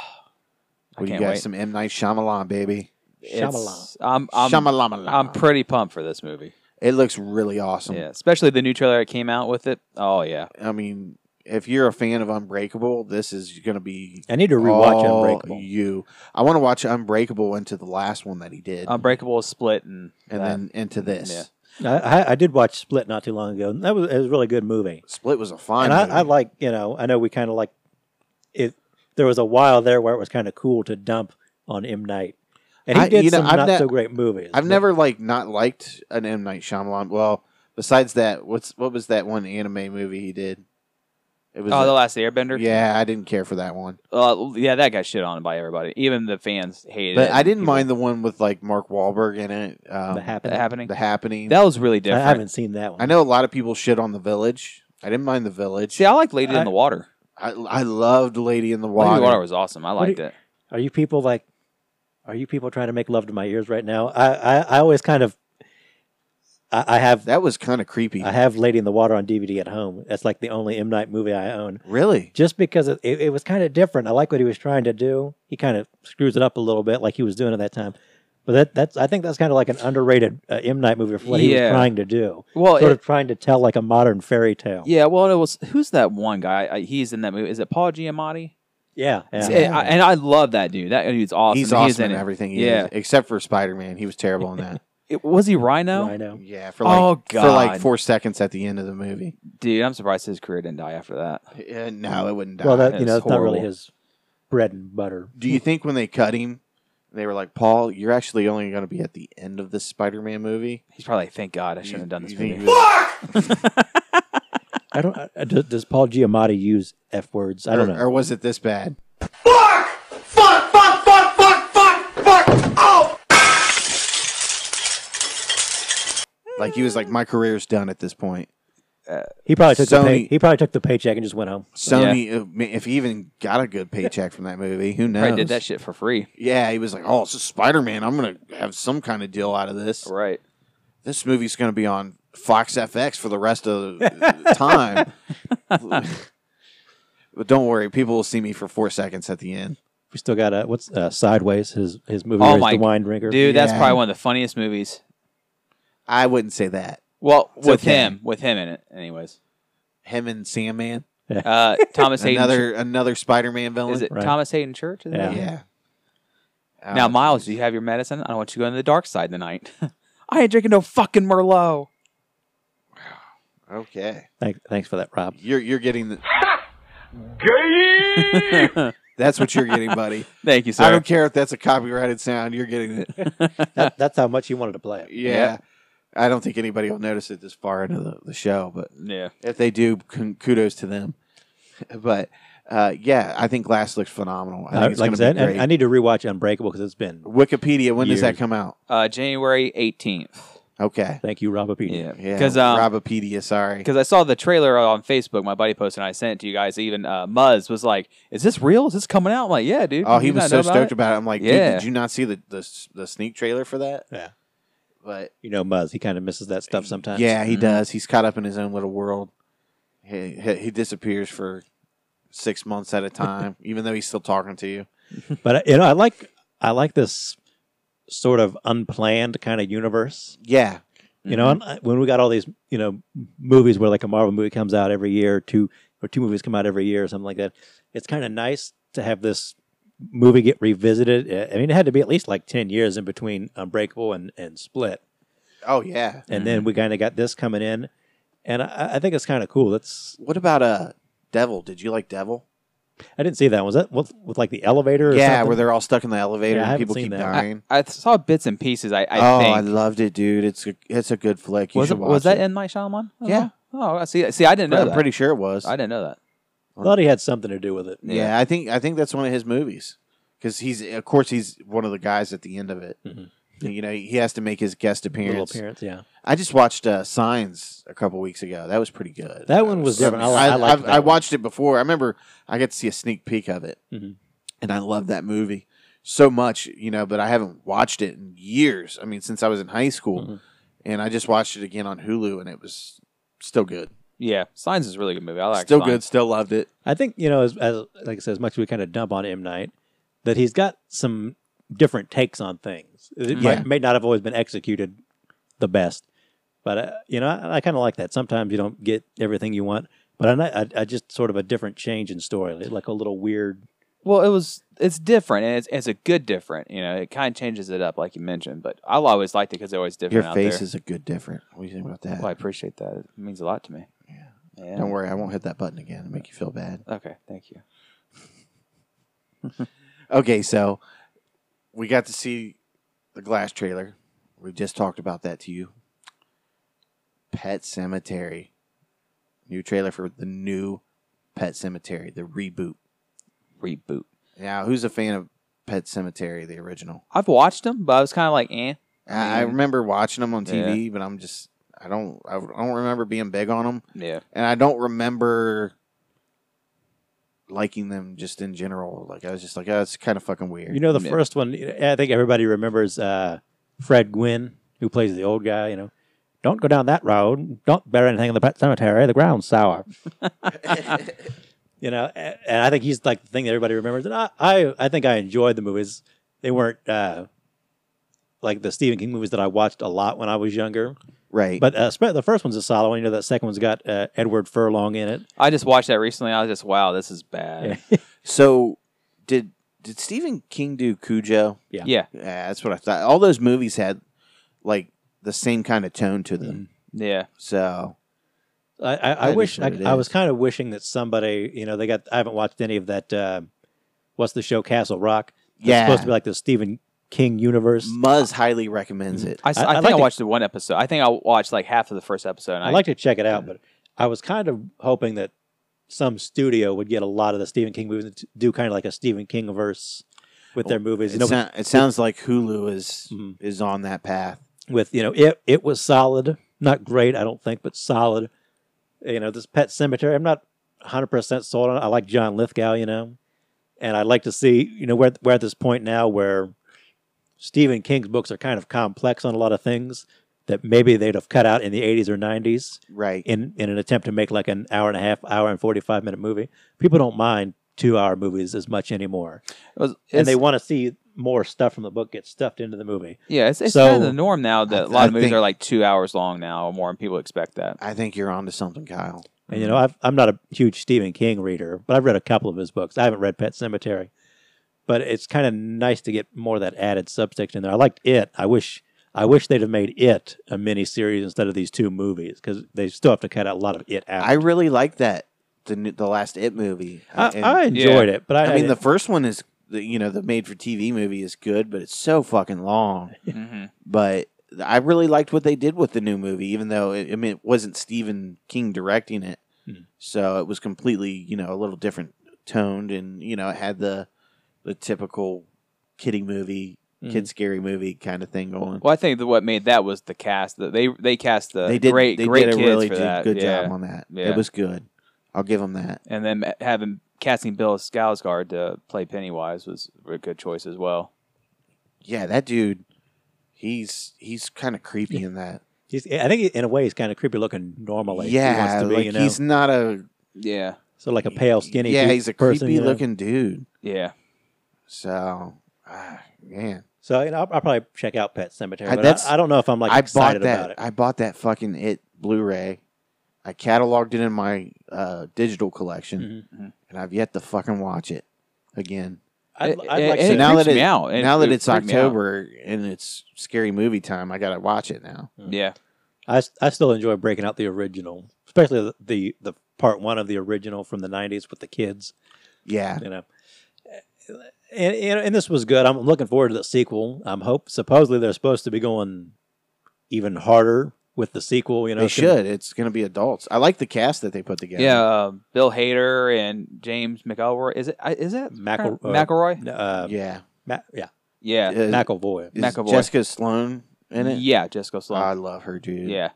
S1: What do you
S3: can't
S1: got?
S3: wait.
S1: Some M Night Shyamalan, baby.
S3: It's- I'm, I'm,
S1: Shyamalan.
S3: I'm pretty pumped for this movie.
S1: it looks really awesome.
S3: Yeah, especially the new trailer that came out with it. Oh yeah,
S1: I mean, if you're a fan of Unbreakable, this is going to be
S2: I need to rewatch
S1: all
S2: Unbreakable.
S1: You, I want to watch Unbreakable into the last one that he did,
S3: Unbreakable is split and
S1: and
S3: that.
S1: then into this.
S3: Yeah.
S2: I, I, I did watch Split not too long ago. and That was, it was a really good movie.
S1: Split was a fine.
S2: and I, I
S1: movie.
S2: like, you know, I know we kind of like it. There was a while there where it was kind of cool to dump on M. Night. And he
S1: I-
S2: did
S1: you know,
S2: some
S1: I've
S2: not
S1: ne-
S2: so great movies.
S1: I've
S2: but-
S1: never like not liked an M Night Shyamalan. Well, besides that, what's what was that one anime movie he did? It was
S3: oh,
S1: a-
S3: the Last Airbender.
S1: yeah, I didn't care for that one,
S3: Uh, yeah, that got shit on by everybody. Even the fans hated
S1: but
S3: it.
S1: I didn't
S3: People-
S1: mind the one with like Mark Wahlberg in it. Um,
S2: The Happening.
S3: that happening.
S1: The happening.
S3: that was really
S2: I
S3: different.
S2: haven't seen that one.
S1: I know a lot of people shit on the village. I didn't mind the village.
S3: See, I like Lady
S2: I-
S3: in the Water.
S1: I, I loved Lady in the
S3: Lady in
S1: Water.
S3: the Water was awesome. I
S2: What do
S3: liked it.
S2: Are you people like? Are you people trying to make love to my ears right now? I I, I always kind of. I, I have
S1: that was kind of creepy.
S2: I have Lady in the Water on DVD at home. That's like the only M Night movie I own.
S1: really?
S2: Just because it, it, it was kind of different. I like what he was trying to do. He kind of screws it up a little bit, like he was doing at that time. But that that's I think that's kind of like an underrated uh, M Night movie for what he was
S3: Yeah.
S2: trying to do.
S3: Well, it-
S2: Sort of trying to tell like a modern fairy tale.
S3: yeah. Well, it was who's that one guy? I, he's in that movie. Is it Paul Giamatti?
S2: yeah. yeah.
S3: See, I- and I love that dude. That dude's awesome.
S1: He's awesome
S3: in
S1: in
S3: it.
S1: everything. He
S3: Yeah.
S1: is, except for Spider Man. He was terrible in that.
S3: It- was he Rhino?
S2: I know.
S1: yeah, for like
S3: Oh,
S1: for like
S3: God.
S1: four seconds at the end of the movie.
S3: Dude, I'm surprised his career didn't die after that.
S1: Uh, no, it wouldn't die.
S2: Well, that
S3: That
S2: you know,
S3: is
S2: it's not really
S3: horrible.
S2: his bread and butter.
S1: Do you think when they cut him, they were like, "Paul, you're actually only going to be at the end of this Spider Man movie"?
S3: He's probably like, thank God I
S1: You-
S3: shouldn't have done this
S1: you think he
S3: movie.
S1: was-
S2: I don't. I, I- does, does Paul Giamatti use f words? I don't
S1: or, or
S2: know.
S1: was it this bad?
S4: Fuck! Fuck, fuck, fuck, fuck, fuck, fuck! Oh!
S1: Like he was like, "My career's done at this point."
S2: He probably took the pay,
S1: Sony-
S2: he probably took the paycheck and just went home.
S1: Sony, uh, ma- if he even got a good paycheck from that movie, who knows?
S3: Probably did that shit for free.
S1: Yeah, he was like, "Oh, it's a Spider Man. I'm going to have some kind of deal out of this."
S3: Right.
S1: this movie's going to be on Fox FX for the rest of the time. but don't worry, people will see me for four seconds at the end.
S2: We still got a what's uh, sideways his his movie
S3: Oh
S2: where he's
S3: my
S2: the wine drinker.
S3: Dude, that's
S1: Yeah.
S3: probably one of the funniest movies.
S1: I wouldn't say that.
S3: Well, with
S1: okay.
S3: him, with him in it, anyways.
S1: Him and Sandman,
S3: Uh, Thomas Hayden.
S1: another another Spider-Man villain.
S3: is it
S2: Right.
S3: Thomas Hayden Church? Is it?
S2: Yeah.
S1: Yeah. Uh,
S3: Now, Miles, do you have your medicine? I don't want you going to the dark side tonight. I ain't drinking no fucking Merlot.
S1: okay,
S2: Thank, thanks for that, Rob.
S1: you're you're getting the.
S4: Gay!
S1: That's what you're getting, buddy.
S3: Thank you,
S1: I
S3: sir.
S1: don't care if that's a copyrighted sound. You're getting it. Yeah.
S2: That, that's how much you wanted to play it.
S1: I don't think anybody will notice it this far into the, the show, but
S3: Yeah.
S1: If they do, kun- kudos to them. But uh, yeah, I think Glass looks phenomenal. I think
S2: I,
S1: it's
S2: Uh, like I
S1: gonna
S2: said,
S1: be
S2: and
S1: great.
S2: I need to rewatch Unbreakable because it's been.
S1: Wikipedia. When does that
S2: Years.
S1: come out?
S3: Uh, January 18th.
S1: Okay.
S2: Thank you, Rob. Appedia.
S3: Yeah.
S1: Yeah.
S3: Because um,
S1: Robopedia. Sorry.
S3: because I saw the trailer on Facebook. My buddy posted, and I sent it to you guys. Even uh, Muzz was like, "Is this real? Is this coming out?" I'm like, "Yeah, dude."
S1: Oh,
S3: Did
S1: he
S3: you
S1: was
S3: not
S1: so
S3: know about
S1: stoked
S3: it?"
S1: about it. I'm like, dude,
S3: Yeah.
S1: did you not see the, the the sneak trailer for that?
S2: Yeah.
S1: But
S2: You know, Muzz. He kind of misses that stuff sometimes.
S1: yeah, he
S3: Mhm.
S1: does. He's caught up in his own little world. He he, he disappears for six months at a time, even though he's still talking to you.
S2: But you know, I like I like this sort of unplanned kind of universe.
S1: Yeah.
S2: You know,
S1: Mm-hmm.
S2: and I- when we got all these, you know, movies where like a Marvel movie comes out every year, two or two movies come out every year, or something like that. It's kind of nice to have this movie get revisited. Uh, I mean, it had to be at least like ten years in between Unbreakable and and Split,
S1: Oh yeah.
S2: and then we kind of got this coming in, and I, I think it's kind of cool. That's
S1: What about uh Devil? Did you like Devil?
S2: I didn't see that. Was that with, with like the elevator? Or
S1: yeah,
S2: something?
S1: where they're all stuck in the elevator
S2: Yeah,
S1: and
S2: I haven't
S1: people
S2: seen
S1: keep
S2: that.
S1: dying.
S3: I saw bits and pieces. I, I
S1: oh,
S3: think
S1: I loved it, dude. It's a, it's a good flick. You
S3: was
S1: should
S3: it,
S1: watch
S3: was that
S1: it.
S3: in my Shyamalan? as
S1: Yeah.
S3: well? Oh, I see. See, I didn't know
S1: I'm
S3: that.
S1: pretty sure it was.
S3: I didn't know that.
S2: I thought he had something to do with it.
S1: yeah. I think I think that's one of his movies because he's of course he's one of the guys at the end of it.
S3: Mm-hmm.
S1: You know, he has to make his guest
S2: Little
S1: appearance.
S2: appearance, yeah.
S1: I just watched uh, Signs a couple weeks ago. That was pretty good.
S2: That one was different. I li- I liked
S1: I've-
S2: that
S1: I
S2: one.
S1: watched it before. I remember I got to see a sneak peek of it,
S3: Mm-hmm.
S2: Mhm.
S1: and I loved that movie so much. You know, but I haven't watched it in years. I mean, since I was in high school,
S3: Mm-hmm.
S2: Mhm.
S1: and I just watched it again on Hulu, and it was still good.
S3: Yeah, Signs is a really good movie. I like
S1: still
S3: Signs.
S1: good. Still loved it.
S2: I think you know, as, as like I said, as much as we kind of dump on M Night, that he's got some different takes on things. It
S1: Yeah.
S2: might, may not have always been executed the best, but uh, you know, I, I kind of like that. Sometimes you don't get everything you want, but I, I, I just sort of a different change in story, like a little weird.
S3: Well, it was it's different, and it's, it's a good different. You know, it kind of changes it up, like you mentioned. But I always liked it because they're always different.
S1: Your
S3: out
S1: face
S3: there.
S1: is a good different. What do you think about that?
S3: Well, I appreciate that. It means a lot to me.
S1: Yeah.
S3: Yeah.
S1: Don't worry, I won't hit that button again and make you feel bad.
S3: Okay. Thank you.
S1: Okay, so we got to see the Glass trailer. We just talked about that to you. Pet Cemetery. New trailer for the new Pet Cemetery, the reboot.
S3: Reboot.
S1: Now, who's a fan of Pet Cemetery, the original?
S3: I've watched them, but I was kind of like, eh.
S1: I, I
S3: Mm.
S1: remember watching them on TV, but I'm just I don't I don't remember being big on them,
S3: Yeah.
S1: and I don't remember liking them just in general. Like I was just like, oh, it's kind of fucking weird.
S2: You know, the
S3: Yeah.
S2: first one, I think everybody remembers uh, Fred Gwynn, who plays the old guy. You know, don't go down that road. Don't bury anything in the pet cemetery. The ground's sour. you know, a- and, I think he's like the thing that everybody remembers. And I, I, I think I enjoyed the movies. They weren't uh, like the Stephen King movies that I watched a lot when I was younger.
S1: right?
S2: But uh, spe- the first one's a solid one. You know, that second one's got uh, Edward Furlong in it.
S3: I just watched that recently. and I was just, wow, this is bad.
S1: So did did Stephen King do Cujo?
S2: Yeah.
S3: Yeah.
S1: Yeah, that's what I thought. All those movies had like the same kind of tone to them.
S2: Mm-hmm.
S3: Yeah.
S1: So
S2: I, I, I
S1: That
S2: wish
S1: is what
S2: I,
S1: it
S2: I was
S1: is.
S2: kind of wishing that somebody, you know, they got. I haven't watched any of that. Uh, what's the show Castle Rock? It's
S1: yeah, Mm,
S2: supposed to be like the Stephen King universe.
S1: Muzz highly recommends it.
S3: I, s-
S2: Mm-hmm. I-
S3: I
S2: I'd
S3: think
S2: like
S3: I
S2: to-
S3: watched the one episode. I think I watched like half of the first episode. And
S2: I'd like to check it out, but I was kind of hoping that some studio would get a lot of the Stephen King movies and t- do kind of like a Stephen King verse with their movies. You
S1: It,
S2: know,
S1: sou- it sounds like Hulu is
S2: Mhm.
S1: is on that path.
S2: with you know, it it was solid, not great, I don't think, but solid. You know, this Pet Cemetery, I'm not 100 percent sold on. it. I like John Lithgow, you know, and I'd like to see you know we're we're at this point now where Stephen King's books are kind of complex on a lot of things that maybe they'd have cut out in the 80s or 90s.
S1: Right.
S2: in in an attempt to make like an hour and a half, hour and forty five minute movie. People don't mind two hour movies as much anymore,
S3: It was-
S2: and they
S3: it's-
S2: want to see more stuff from the book get stuffed into the movie.
S3: yeah, it's, it's
S2: so-
S3: kind of the norm now that
S1: I-
S3: a lot
S1: I
S3: of movies
S1: think-
S3: are like two hours long now or more, and people expect that.
S1: I think you're onto something, Kyle.
S2: And you know, I've, I'm not a huge Stephen King reader, but I've read a couple of his books. I haven't read Pet Cemetery, but it's kind of nice to get more of that added subtext in there. I liked it. I wish. I wish they'd have made it a mini series instead of these two movies because they still have to cut out a lot of it out.
S1: I really like that the new- the last It movie.
S2: I,
S1: And-
S2: I enjoyed it, but I,
S1: I mean, the
S2: didn't-
S1: first one is the, you know the made for TV movie is good, but it's so fucking long.
S3: mm-hmm.
S1: but I really liked what they did with the new movie, even though it, I mean it wasn't Stephen King directing it,
S2: Hmm.
S1: so it was completely you know a little different toned, and you know it had the the typical kiddie movie,
S2: Hmm.
S1: kid scary movie kind of thing going.
S3: Well, I think that what made that was the cast. That they they cast
S2: uh,
S3: the
S1: they did
S3: great
S1: they
S3: great
S1: did a
S3: kids
S1: really
S3: for
S1: good-
S3: that.
S1: good
S3: yeah.
S1: job on that.
S3: Yeah.
S1: It was good. I'll give them that.
S3: and then ma- having casting Bill Skarsgård to play Pennywise was a good choice as well.
S1: Yeah, that dude, he's he's kind of creepy in that.
S2: He's, I think in a way he's kind of creepy looking normally. He
S1: yeah,
S2: wants to be,
S1: like
S2: you know,
S1: he's not a
S3: Yeah,
S2: so like a pale, skinny.
S1: Yeah,
S2: pe-
S1: he's a creepy
S2: person, you know?
S1: looking dude.
S3: yeah.
S1: So, ah, man.
S2: So you know, I'll, I'll probably check out Pet Cemetery.
S1: I-
S2: but
S1: that's-
S2: I, I don't know if I'm like
S1: I bought
S2: excited
S1: that.
S2: about it.
S1: I bought that fucking it Blu-ray. I cataloged it in my uh, digital collection,
S2: Mm-hmm.
S3: Mhm.
S1: and I've yet to fucking watch it again.
S2: I'd,
S3: It-
S2: I'd
S3: it-
S2: like
S3: it
S2: to.
S1: So now
S3: creeps
S1: that it-
S3: me out. It-
S1: now that
S3: it
S1: it's
S3: creeped me out.
S1: October and it's scary movie time, I gotta watch it now.
S3: yeah,
S2: I, s- I still enjoy breaking out the original, especially the, the the part one of the original from the '90s with the kids.
S1: Yeah,
S2: You know, Eh, and and, and this was good. I'm looking forward to the sequel. I'm hope supposedly they're supposed to be going even harder with the sequel. You know,
S1: they
S2: it's gonna-
S1: should. It's gonna be adults. I like the cast that they put
S3: yeah.
S1: together.
S3: uh, Bill Hader and James McElroy. Is it? I- Is that
S2: McEl-
S3: McElroy?
S2: Uh,
S1: yeah.
S2: Ma- yeah,
S3: Yeah.
S1: Uh,
S2: McAvoy.
S1: is
S3: McAvoy.
S1: Jessica Sloan in it? Oh, Ah,
S3: Yeah, Jessica Sloan.
S1: I love her, dude.
S3: yeah.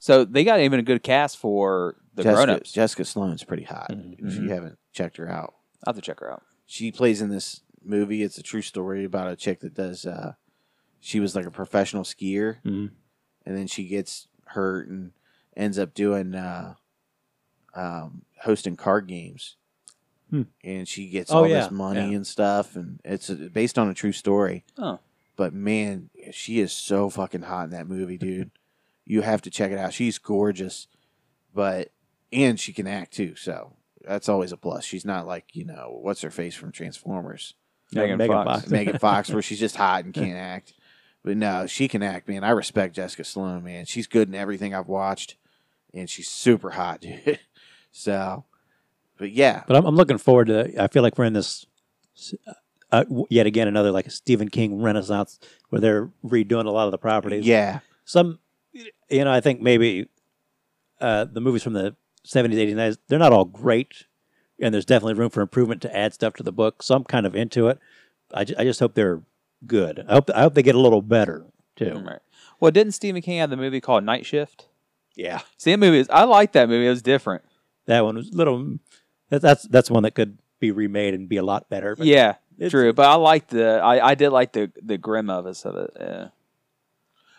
S3: So they got even a good cast for the
S1: Jessica,
S3: grown-ups.
S1: Jessica Sloan's pretty hot. If
S3: Mhm.
S1: you haven't checked her out,
S3: I'll have to check her out.
S1: she plays in this movie. It's a true story about a chick that does. Uh, she was like a professional skier,
S2: Mhm.
S1: and then she gets hurt and ends up doing uh, um, hosting card games.
S2: Hmm.
S1: And she gets
S2: Oh,
S1: all
S2: yeah.
S1: this money
S2: Yeah.
S1: and stuff, and it's uh, based on a true story.
S3: Oh.
S1: But man, she is so fucking hot in that movie, dude. You have to check it out. She's gorgeous, but and she can act too, so that's always a plus. She's not like you know what's her face from Transformers,
S3: Megan
S2: Megan
S3: Fox.
S2: Fox.
S1: Megan Fox, where she's just hot and can't act. But no, she can act, man. I respect Jessica Sloan, man. She's good in everything I've watched, and she's super hot, dude. so, but yeah,
S2: But I'm, I'm looking forward to. I feel like we're in this uh, w- yet again another like Stephen King Renaissance where they're redoing a lot of the properties.
S1: yeah,
S2: Some, you know, I think maybe uh, the movies from the 70s, 80s, 90s, they're not all great, and there's definitely room for improvement to add stuff to the book. So I'm kind of into it. I, ju- I just hope they're good. I hope I hope they get a little better too.
S3: Right. Well, didn't Stephen King have the movie called Night Shift?
S2: Yeah,
S3: See, that movie is. I like that movie. It was different.
S2: that one was a little. That, that's that's one that could be remade and be a lot better. but
S3: yeah,
S2: it's-
S3: true. But I like the. I, I did like the the grim of us of it. Yeah.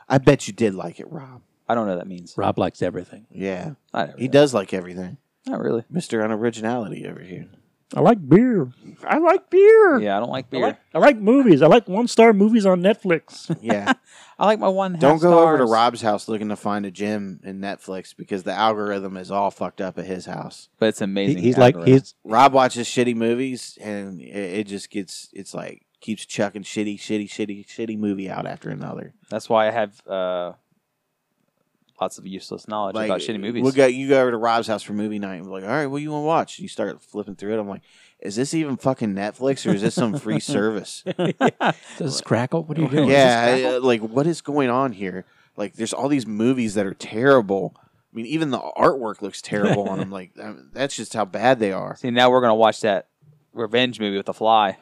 S1: I bet you did like it, Rob.
S3: I don't know what that means.
S2: Rob likes everything.
S1: Yeah,
S3: I don't
S1: he
S3: really-
S1: does like everything,
S3: Not really.
S1: Mister Unoriginality over here.
S5: I like beer. I like beer.
S3: Yeah, I don't like beer.
S5: I like, I like movies. I like one star movies on Netflix.
S1: Yeah.
S3: my one. and a
S1: Don't
S3: half
S1: go over to
S3: stars.
S1: Rob's house looking to find a gym in Netflix because the algorithm is all fucked up at his house.
S3: But it's
S2: He-
S3: amazing.
S2: he's like
S3: algorithm.
S2: he's
S1: Rob watches shitty movies and it, it just gets it's like keeps chucking shitty, shitty, shitty, shitty movie out after another.
S3: That's why I have uh, lots of useless knowledge
S1: Like
S3: about shitty movies.
S1: We'll go you go over to Rob's house for movie night and be like, all right, what do you want to watch? You start flipping through it. I'm like, is this even fucking Netflix or is this some free service?
S2: does this crackle. What are
S3: Oh,
S2: you doing?
S1: yeah, I- uh, like what is going on here? Like, there's all these movies that are terrible. I mean, even the artwork looks terrible on them. Like, um, that's just how bad they are.
S3: See, now we're gonna watch that revenge movie with the fly.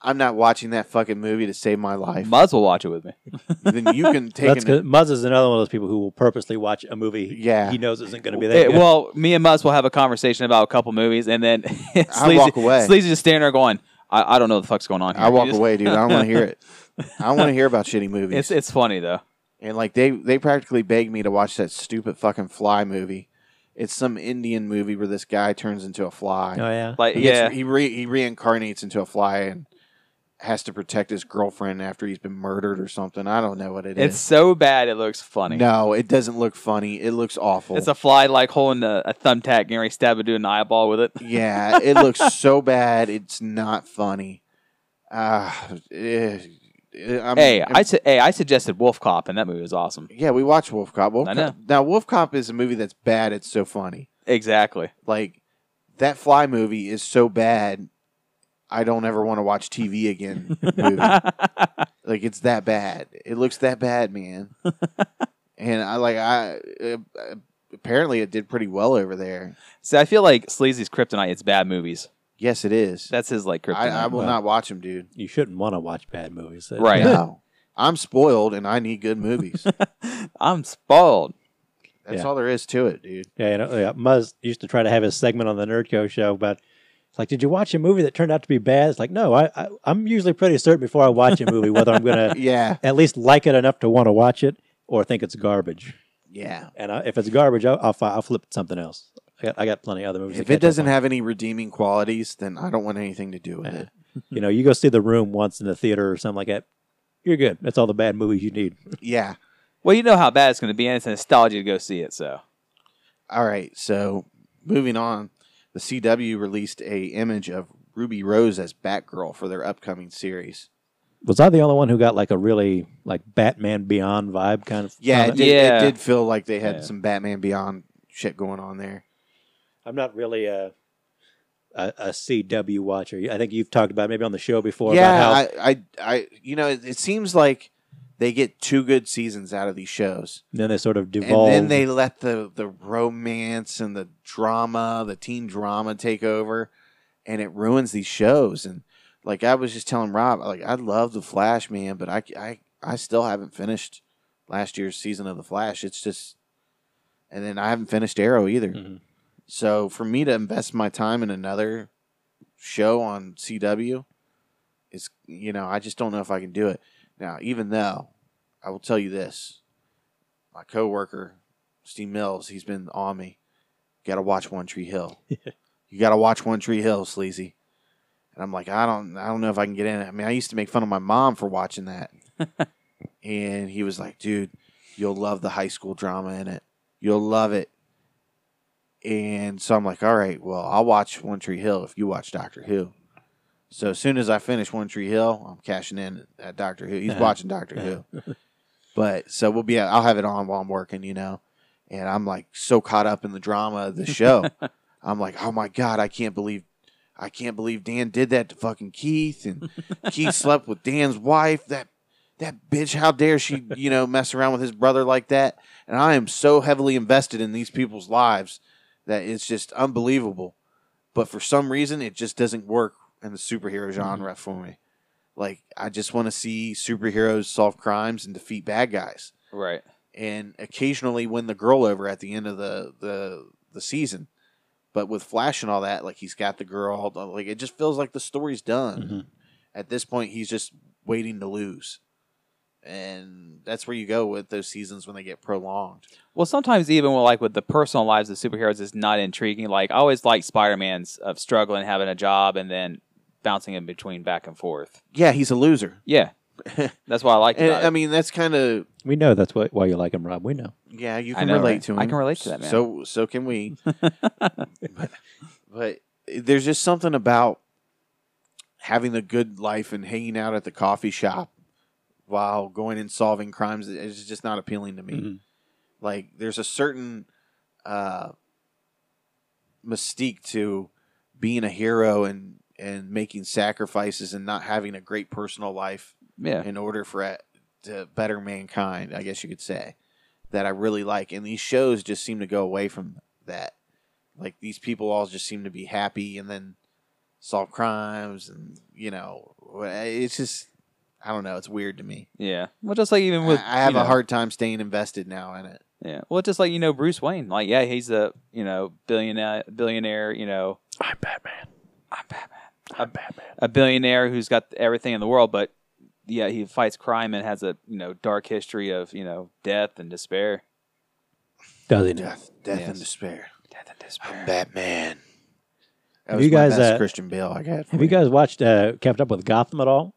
S1: I'm not watching that fucking movie to save my life.
S3: Muzz will watch it with me.
S1: then you can take
S2: That's
S1: it.
S2: good. Muzz is another one of those people who will purposely watch a movie
S1: Yeah.
S2: he knows isn't going to be that
S3: Eh,
S2: good.
S3: well, me and Muzz will have a conversation about a couple movies, and then Sleazy,
S1: walk away.
S3: Sleazy just standing there going, I, "I don't know what the fuck's going on." Here.
S1: I
S3: He
S1: walk
S3: just-
S1: away, dude. I don't want to hear it. I want to hear about shitty movies.
S3: It's it's funny though.
S1: and like they they practically begged me to watch that stupid fucking fly movie. It's some Indian movie where this guy turns into a fly.
S2: oh yeah,
S3: Like
S1: He gets-
S3: Uh, yeah,
S1: he re, he reincarnates into a fly and has to protect his girlfriend after he's been murdered or something. I don't know what it
S3: it's
S1: is.
S3: so bad it looks funny.
S1: No, it doesn't look funny. It looks awful.
S3: It's a fly like holding a, a thumbtack, getting ready to stab a dude in the eyeball with it.
S1: yeah, it looks so bad. It's not funny. Uh, I'm,
S3: hey, I su- hey, I suggested Wolf Cop, and that movie was awesome.
S1: yeah, we watch Wolf Cop. Wolf
S3: I
S1: Cop- Now, Wolf Cop is a movie that's bad. It's so funny.
S3: Exactly.
S1: Like that Fly movie is so bad. I don't ever want to watch TV again. movie. Like it's that bad. It looks that bad, man. and I like I uh, apparently it did pretty well over there.
S3: See, I feel like Sleazy's kryptonite. It's bad movies.
S1: Yes, it is.
S3: That's his like kryptonite.
S1: I, I will not watch him, dude.
S2: you shouldn't want to watch bad movies. That-
S3: Right.
S1: No. I'm spoiled and I need good movies.
S3: I'm spoiled.
S1: That's
S2: Yeah.
S1: all there is to it, dude.
S2: Yeah, you know, yeah. Muzz used to try to have his segment on the Nerdco show, but it's like, did you watch a movie that turned out to be bad? It's like, no, I, I I'm usually pretty certain before I watch a movie whether I'm going to
S1: Yeah.
S2: at least like it enough to want to watch it or think it's garbage.
S1: Yeah.
S2: And I, if it's garbage, I'll, I'll, fi- I'll flip to something else. I got, I got plenty of other movies. to
S1: If
S2: catch
S1: it
S2: up
S1: doesn't
S2: on.
S1: have any redeeming qualities, then I don't want anything to do with it.
S2: you know, you go see the room once in the theater or something like that. You're good. That's all the bad movies you need.
S1: Yeah.
S3: Well, you know how bad it's going to be, and it's a nostalgia to go see it. So
S1: All right. So moving on, the CW released a image of Ruby Rose as Batgirl for their upcoming series.
S2: Was I the only one who got like a really like Batman Beyond vibe kind of?
S1: Yeah,
S2: from
S1: it
S2: it?
S1: did,
S3: Yeah.
S1: it did feel like they had
S3: Yeah.
S1: some Batman Beyond shit going on there.
S2: I'm not really a, a a CW watcher. I think you've talked about it maybe on the show before.
S1: yeah,
S2: about how,
S1: I, I, I, you know, it, it seems like they get two good seasons out of these shows,
S2: then they sort of devolve.
S1: and then they let the the romance and the drama, the teen drama, take over, and it ruins these shows. And Like I was just telling Rob, like I love the Flash, man, but I I I still haven't finished last year's season of the Flash. It's just, and then I haven't finished Arrow either.
S2: Mhm.
S1: So for me to invest my time in another show on CW is, you know, I just don't know if I can do it. Now, even though I will tell you this, my coworker Steve Mills, he's been on me. Got to watch One Tree Hill. you got to watch One Tree Hill, sleazy. And I'm like, I don't, I don't know if I can get in it. I mean, I used to make fun of my mom for watching that, and he was like, dude, you'll love the high school drama in it. You'll love it. And so I'm like, all right, well, I'll watch One Tree Hill if you watch Doctor Who. So as soon as I finish One Tree Hill, I'm cashing in at Doctor Who. He's watching Doctor Who. But so we'll be, I'll have it on while I'm working, you know. And I'm like so caught up in the drama of the show. I'm like, oh my God, I can't believe, I can't believe Dan did that to fucking Keith. And Keith slept with Dan's wife. That, that bitch, how dare she, you know, mess around with his brother like that. And I am so heavily invested in these people's lives that it's just unbelievable. But for some reason, it just doesn't work in the superhero genre for me. Like, I just want to see superheroes solve crimes and defeat bad guys,
S3: Right.
S1: and occasionally win the girl over at the end of the the, the season. But with Flash and all that, like he's got the girl, like it just feels like the story's done.
S2: Mhm.
S1: At this point, he's just waiting to lose, and that's where you go with those seasons when they get prolonged.
S3: Well, sometimes even with, like with the personal lives of superheroes is not intriguing. Like I always like Spider Man's of struggling, having a job, and then bouncing in between back and forth.
S1: Yeah, he's a loser.
S3: Yeah, that's why I like.
S1: And, um,
S3: About
S1: I
S3: it.
S1: mean, that's kind of
S2: We know that's why, why you like him, Rob. We know.
S1: Yeah, you
S3: I
S1: can
S3: know,
S1: relate
S3: right?
S1: to him.
S3: I can relate to that, man.
S1: So so can we. but, but there's just something about having the good life and hanging out at the coffee shop while going and solving crimes is just not appealing to
S3: Mm-hmm.
S1: me.
S2: Mhm.
S1: Like there's a certain uh, mystique to being a hero and and making sacrifices and not having a great personal life
S3: yeah,
S1: in order for it to better mankind, I guess you could say, that I really like. And these shows just seem to go away from that. Like these people all just seem to be happy and then solve crimes and you know wha- it's just I don't know, it's weird to me.
S3: yeah. Well, just like even with
S1: I, I have
S3: you
S1: a
S3: know,
S1: hard time staying invested now in it.
S3: Yeah. Well, just like you know Bruce Wayne. Like yeah, he's a you know billionaire billionaire. You know
S5: I'm Batman.
S3: I'm Batman.
S5: I'm Batman.
S3: A billionaire who's got everything in the world, but yeah, he fights crime and has a you know dark history of you know death and despair.
S2: Does he know?
S1: Death death and
S3: Yes.
S1: despair.
S3: Death and despair.
S1: Batman. That
S2: Have
S1: was
S2: you
S1: my
S2: guys,
S1: best
S2: uh,
S1: Christian Bale I got.
S2: Have you guys watched, uh, kept up with Gotham at all?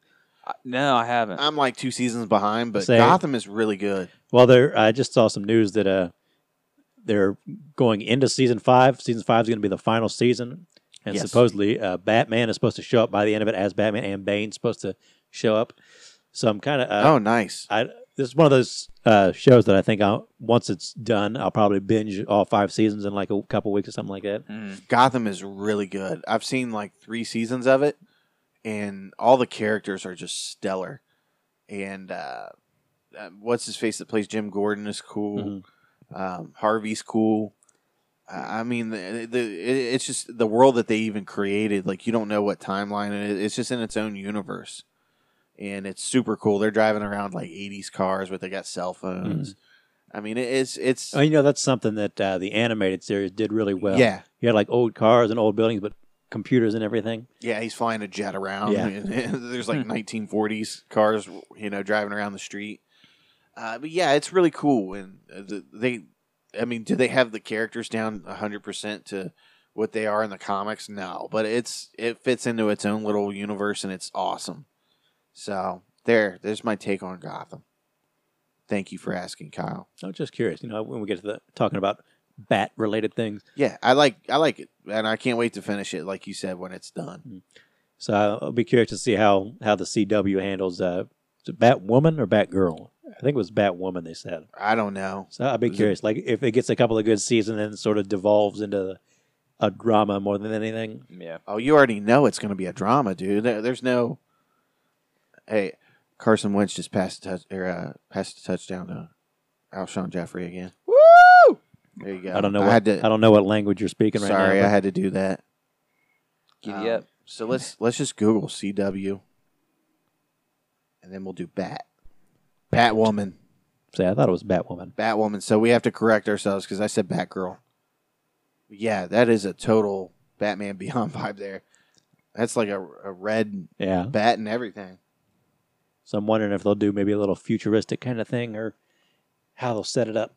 S3: I- no, I haven't.
S1: I'm like two seasons behind, but
S2: Say-
S1: Gotham is really good.
S2: Well, there, I just saw some news that uh, they're going into season five. Season five is going to be the final season, and
S1: Yes.
S2: supposedly uh, Batman is supposed to show up by the end of it as Batman, and Bane's supposed to show up. So I'm kind of, uh,
S1: oh, nice.
S2: I this is one of those uh, shows that I think I'll, once it's done, I'll probably binge all five seasons in like a couple weeks or something like that.
S3: Mm.
S1: Gotham is really good. I've seen like three seasons of it, and all the characters are just stellar. And uh, uh, what's his face that plays Jim Gordon is cool.
S2: Mhm.
S1: Um, Harvey's cool. Uh, I mean, the, the it, it's just the world that they even created. Like you don't know what timeline it is. It's just in its own universe, and it's super cool. They're driving around like '80s cars, but they got cell phones. I mean, it, it's it's
S2: Oh, you know that's something that uh, the animated series did really well.
S1: yeah.
S2: you had like old cars and old buildings, but computers and everything.
S1: Yeah, he's flying a jet around.
S2: Yeah.
S1: There's like 1940s cars, you know, driving around the street. Uh, but yeah, it's really cool. And uh, the- they, I mean, do they have the characters down 100% to what they are in the comics? No, but it's it fits into its own little universe and it's awesome. So there, there's my take on Gotham. Thank you for asking, Kyle.
S2: I'm just curious, you know, when we get to the talking about bat related things.
S1: Yeah, I like I like it, and I can't wait to finish it. Like you said, when it's done.
S2: Mm. So I'll be curious to see how how the CW handles uh, is it Batwoman or Batgirl. I think it was Batwoman they said.
S1: I don't know.
S2: So I'll be
S1: it-
S2: curious, like if it gets a couple of good seasons and sort of devolves into a drama more than anything.
S3: Yeah.
S1: Oh, you already know it's going to be a drama, dude. There, there's no. Hey, Carson Wentz just passed a touch or uh, passed a touchdown to Alshon Jeffrey again. Woo! There you go.
S2: I don't know.
S1: I
S2: what,
S1: had to.
S2: I don't know what language you're speaking
S1: sorry,
S2: right now.
S1: I had to do that.
S3: Giddy
S1: Um,
S3: up.
S1: So let's let's just Google CW, and then we'll do Bat, Batwoman,
S2: See, I thought it was Batwoman.
S1: Batwoman. So we have to correct ourselves because I said Batgirl. Yeah, that is a total Batman Beyond vibe there. That's like a, a red
S2: Yeah.
S1: bat and everything.
S2: So I'm wondering if they'll do maybe a little futuristic kind of thing or how they'll set it up.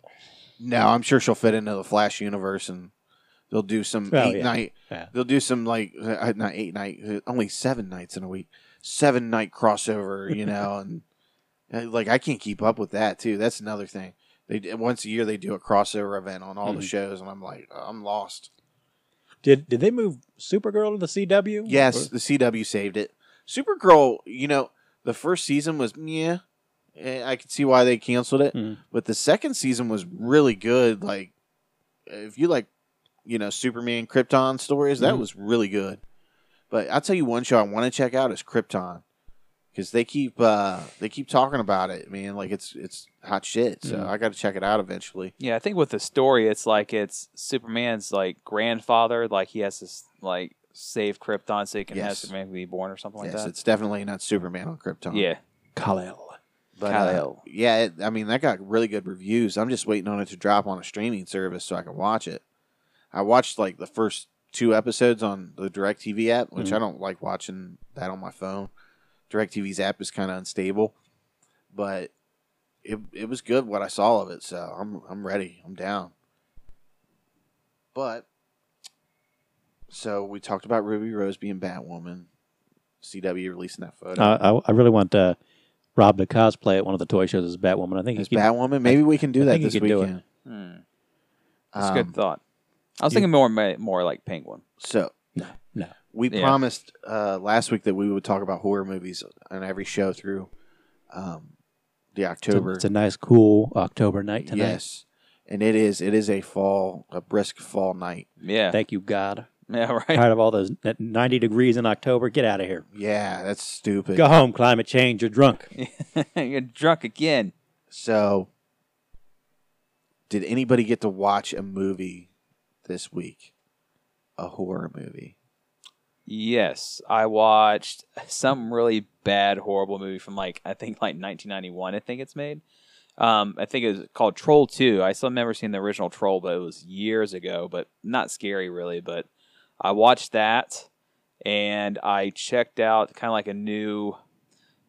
S1: No, I'm sure she'll fit into the Flash universe, and they'll do some
S2: Oh,
S1: eight
S2: yeah.
S1: night.
S2: Yeah.
S1: They'll do some like uh, not eight night, uh, only seven nights in a week, seven night crossover. You know, and uh, like I can't keep up with that too. That's another thing. They d- once a year they do a crossover event on all the
S2: Mhm.
S1: shows, and I'm like, I'm lost.
S2: Did did they move Supergirl to the CW?
S1: Yes, the CW saved it. Supergirl, you know, the first season was yeah, I could see why they canceled it,
S2: Mhm.
S1: but the second season was really good. Like, if you like, you know, Superman Krypton stories, that
S2: Mhm.
S1: was really good. But I'll tell you one show I want to check out is Krypton because they keep uh they keep talking about it, man. Like it's it's hot shit. So
S2: Mhm.
S1: I got to check it out eventually.
S3: Yeah, I think with the story, it's like it's Superman's like grandfather, like he has this like save Krypton so he can have
S1: Yes.
S3: Superman be born or something
S1: yes,
S3: like that.
S1: it's definitely not Superman on Krypton.
S3: yeah,
S2: Kal-El.
S1: But uh,
S3: Kal-El.
S1: yeah, it, I mean that got really good reviews. I'm just waiting on it to drop on a streaming service so I can watch it. I watched like the first two episodes on the DirecTV app,
S2: Mm-hmm.
S1: which I don't like watching that on my phone. DirecTV's app is kind of unstable, but it it was good what I saw of it. So I'm I'm ready. I'm down. But so we talked about Ruby Rose being Batwoman. CW releasing that photo.
S2: Oh, I, I really want uh, Rob to cosplay at one of the toy shows as Batwoman. I think
S1: As
S2: he can-
S1: Batwoman, maybe we can do
S2: I
S1: that
S2: think you
S1: this
S2: could do it.
S1: weekend.
S3: Hmm. that's a
S1: Um,
S3: good thought. I was
S2: you-
S3: thinking more ma- more like Penguin.
S1: So
S2: No, no.
S1: we
S3: Yeah.
S1: promised uh, last week that we would talk about horror movies on every show through um, the
S2: It's a-
S1: October.
S2: It's a nice, cool October night tonight.
S1: Yes, and it is it is a fall a brisk fall night.
S3: Yeah,
S2: Thank you, God.
S3: yeah, right.
S2: Tired of all those n- 90 degrees in October. Get out of here.
S1: Yeah, that's stupid.
S2: Go home, climate change. You're drunk.
S3: You're drunk again.
S1: So, did anybody get to watch a movie this week? A horror movie.
S3: Yes, I watched some really bad, horrible movie from like I think like 1991. I think it's made. Um, I think it was called Troll Two. I still never seen the original Troll, but it was years ago. But not scary really. But I watched that, and I checked out kind of like a new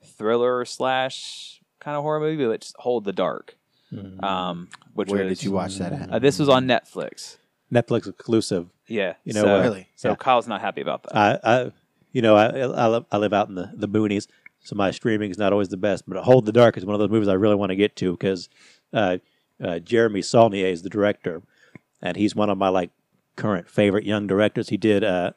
S3: thriller slash kind of horror movie, which is Hold the Dark.
S1: Mm-hmm.
S2: Uh,
S3: Um, which
S1: Mm. Where
S3: was-
S1: did you watch that at?
S3: Uh, this was on Netflix.
S2: Netflix exclusive.
S3: Yeah,
S2: You know
S3: so,
S2: what?
S1: Really?
S3: So
S2: Yeah.
S3: Kyle's not happy about that.
S2: I, I you know, I, I, live, I live out in the, the boonies, so my streaming is not always the best. But Hold the Dark is one of those movies I really want to get to because uh, uh, Jeremy Saulnier is the director, and he's one of my like current favorite young directors. He did a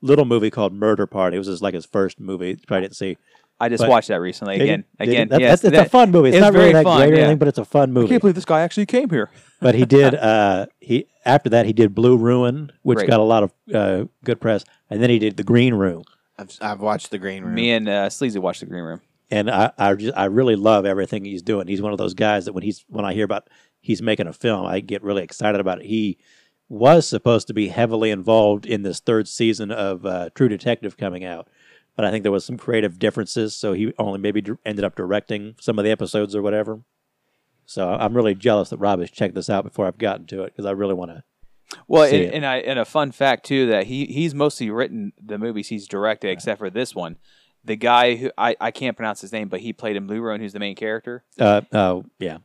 S2: little movie called Murder Party. It was his, like his first movie. Probably didn't see
S3: I just
S2: but-
S3: watched that recently.
S2: Did you-
S3: Again,
S2: did you?
S3: again,
S2: That-
S3: yes,
S2: that's, it's
S3: that-
S2: a fun movie. It's,
S3: it's
S2: not really
S3: very
S2: that
S3: fun,
S2: great or
S3: yeah.
S2: anything, but it's a fun movie.
S3: believe this guy actually came here.
S2: But he did. Uh, he after that he did Blue Ruin, which
S3: Great.
S2: got a lot of uh, good press, and then he did The Green Room.
S1: I've, I've watched The Green Room.
S3: Me and uh, Sleazy watched the Green Room.
S2: and I, I just I really love everything he's doing. He's one of those guys that when he's when I hear about he's making a film, I get really excited about it. He was supposed to be heavily involved in this third season of uh, True Detective coming out, but I think there was some creative differences, so he only maybe dir- ended up directing some of the episodes or whatever. So I'm really jealous that Rob has checked this out before I've gotten to it because I really want to.
S3: Well, and,
S2: See it.
S3: and I and a fun fact too that he he's mostly written the movies he's directed except for this one. The guy who I, I can't pronounce his name, but he played in Blue Ruin, who's the main character.
S2: Uh, uh, yeah,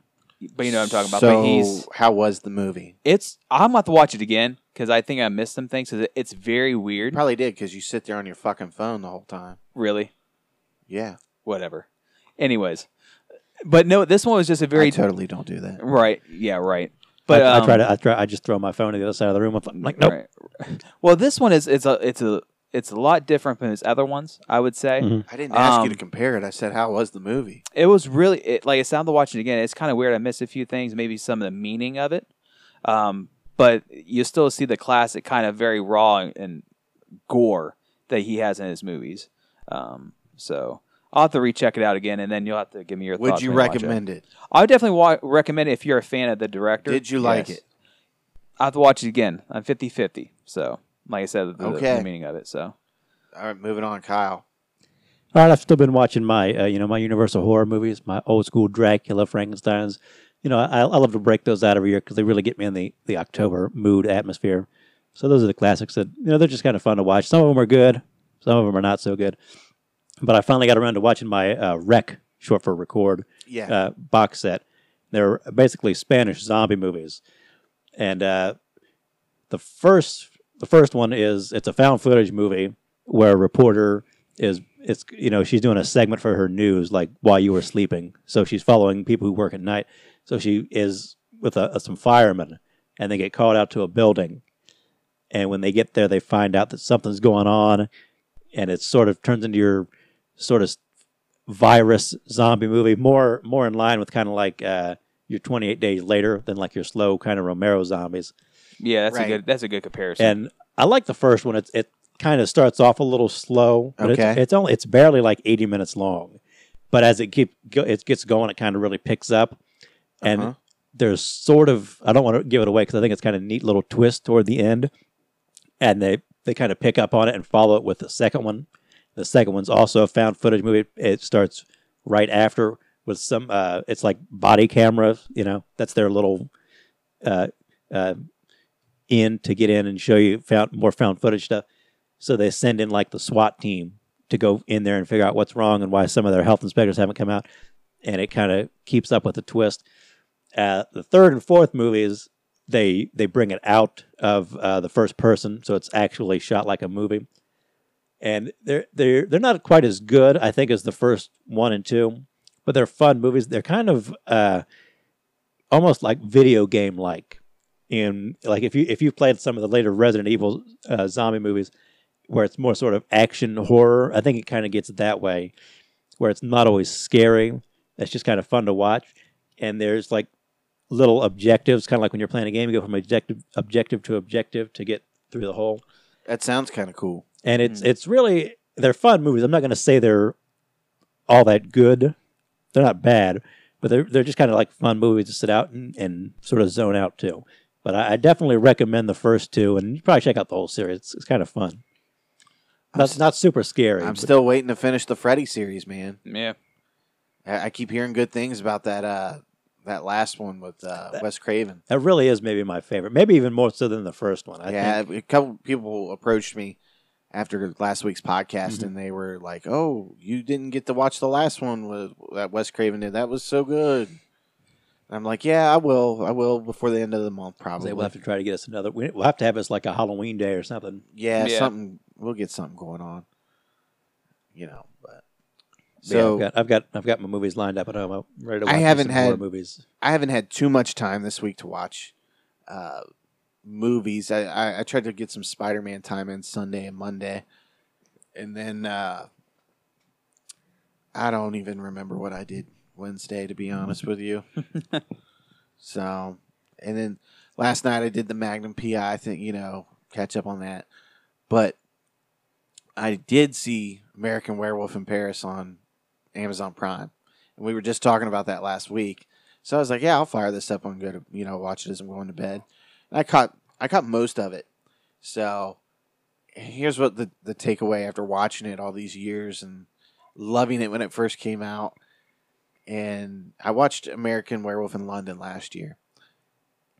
S3: But you know what I'm talking about.
S1: So,
S3: but he's
S1: how was the movie?
S3: it's I'm gonna have to watch it again because I think I missed some things. 'cause it- it's very weird.
S1: You probably did because you sit there on your fucking phone the whole time.
S3: Really,
S1: Yeah,
S3: whatever. Anyways, but no, this one was just a very
S1: I totally don't do that.
S3: right. Yeah, right. But
S2: I, I
S3: um,
S2: try to I try I just throw my phone to the other side of the room. I'm like, nope.
S3: Right. Well, this one is it's a it's a it's a lot different from his other ones. I would say
S2: Mhm.
S1: I didn't ask you
S3: Um,
S1: to compare it. I said, "How was the movie?"
S3: it was really it, like it sounded watching it again. It's kind of weird. I missed a few things, maybe some of the meaning of it, um, but you still see the classic kind of very raw and, and gore that he has in his movies. Um, so. I'll have to recheck it out again, and then you'll have to give me your
S1: Would
S3: thoughts.
S1: you
S3: when watch it.
S1: recommend it?
S3: I would definitely wa- recommend it if you're a fan of the director.
S1: Did you like
S3: Yes.
S1: it?
S3: I have to watch it again. I'm 50 50. So, like I said, the, the
S1: Okay.
S3: meaning of it. So,
S1: All right, moving on, Kyle.
S2: All right, I've still been watching my, uh, you know, my Universal horror movies, my old school Dracula, Frankenstein's. You know, I, I love to break those out every year because they really get me in the, the October mood atmosphere. So those are the classics that you know they're just kind of fun to watch. Some of them are good, some of them are not so good. But I finally got around to watching my uh, Rec, short for Record,
S1: Yeah.
S2: uh, box set. They're basically Spanish zombie movies, and uh, the first the first one is it's a found footage movie where a reporter is it's you know she's doing a segment for her news like while you were sleeping, so she's following people who work at night. So she is with a, some firemen, and they get called out to a building, and when they get there, they find out that something's going on, and it sort of turns into your sort of virus zombie movie, more more in line with kind of like uh, your 28 Days Later than like your slow kind of Romero zombies.
S3: Yeah, that's
S1: Right.
S3: a good that's a good comparison.
S2: And I like the first one. It it kind of starts off a little slow. But It's,
S1: Okay.
S2: it's only it's barely like 80 minutes long, but as it keep go, it gets going, it kind of really picks up. And
S1: Uh-huh.
S2: there's sort of I don't want to give it away because I think it's kind of neat little twist toward the end, and they they kind of pick up on it and follow it with the second one. The second one's also a found footage movie. It starts right after with some uh, it's like body camera. You know, that's their little uh, uh, in to get in and show you found more found footage stuff. So they send in like the SWAT team to go in there and figure out what's wrong and why some of their health inspectors haven't come out. And it kind of keeps up with the twist. Uh, the third and fourth movies, they they bring it out of uh, the first person, so it's actually shot like a movie. And they're they're they're not quite as good, I think, as the first one and two, but they're fun movies. They're kind of uh, almost like video game like. In like if you if you played some of the later Resident Evil uh, zombie movies, where it's more sort of action horror. I think it kind of gets that way, where it's not always scary. It's just kind of fun to watch, and there's like little objectives, kind of like when you're playing a game, you go from objective objective to objective to get through the whole.
S1: That sounds kind of cool.
S2: And it's it's really they're fun movies. I'm not going to say they're all that good. They're not bad, but they're they're just kind of like fun movies to sit out and, and sort of zone out to. But I, I definitely recommend the first two, and you probably check out the whole series. It's, it's kind of fun. That's not super scary.
S1: I'm
S2: but-
S1: still waiting to finish the Freddy series, man.
S3: yeah.
S1: I, I keep hearing good things about that uh, that last one with uh, Wes Craven.
S2: That really is maybe my favorite. Maybe even more so than the first one. I
S1: yeah,
S2: think.
S1: a couple people approached me after last week's podcast,
S2: Mm-hmm.
S1: and they were like, "Oh, you didn't get to watch the last one with, that Wes Craven did. That was so good." And I'm like, "Yeah, I will. I will before the end of the month, probably.
S2: They will have to try to get us another. we- We'll have to have us like a Halloween day or something.
S1: yeah,
S3: Yeah.
S1: something. We'll get something going on. You know, but
S2: But yeah,
S1: so
S2: I've got, I've got I've got my movies lined up at home. I'm ready to
S1: I
S2: watch me
S1: haven't
S2: some horror
S1: had-
S2: movies.
S1: I haven't had too much time this week to watch uh, movies. I, I, I tried to get some Spider Man time in Sunday and Monday. And then uh, I don't even remember what I did Wednesday, to be honest with you. so, and then last night I did the Magnum PI thing, you know, catch up on that. But I did see American Werewolf in Paris on Amazon Prime. And we were just talking about that last week. So I was like, yeah, I'll fire this up and go to you know watch it as I'm going to bed. And I caught I caught most of it. So here's what the the takeaway after watching it all these years and loving it when it first came out. And I watched American Werewolf in London last year,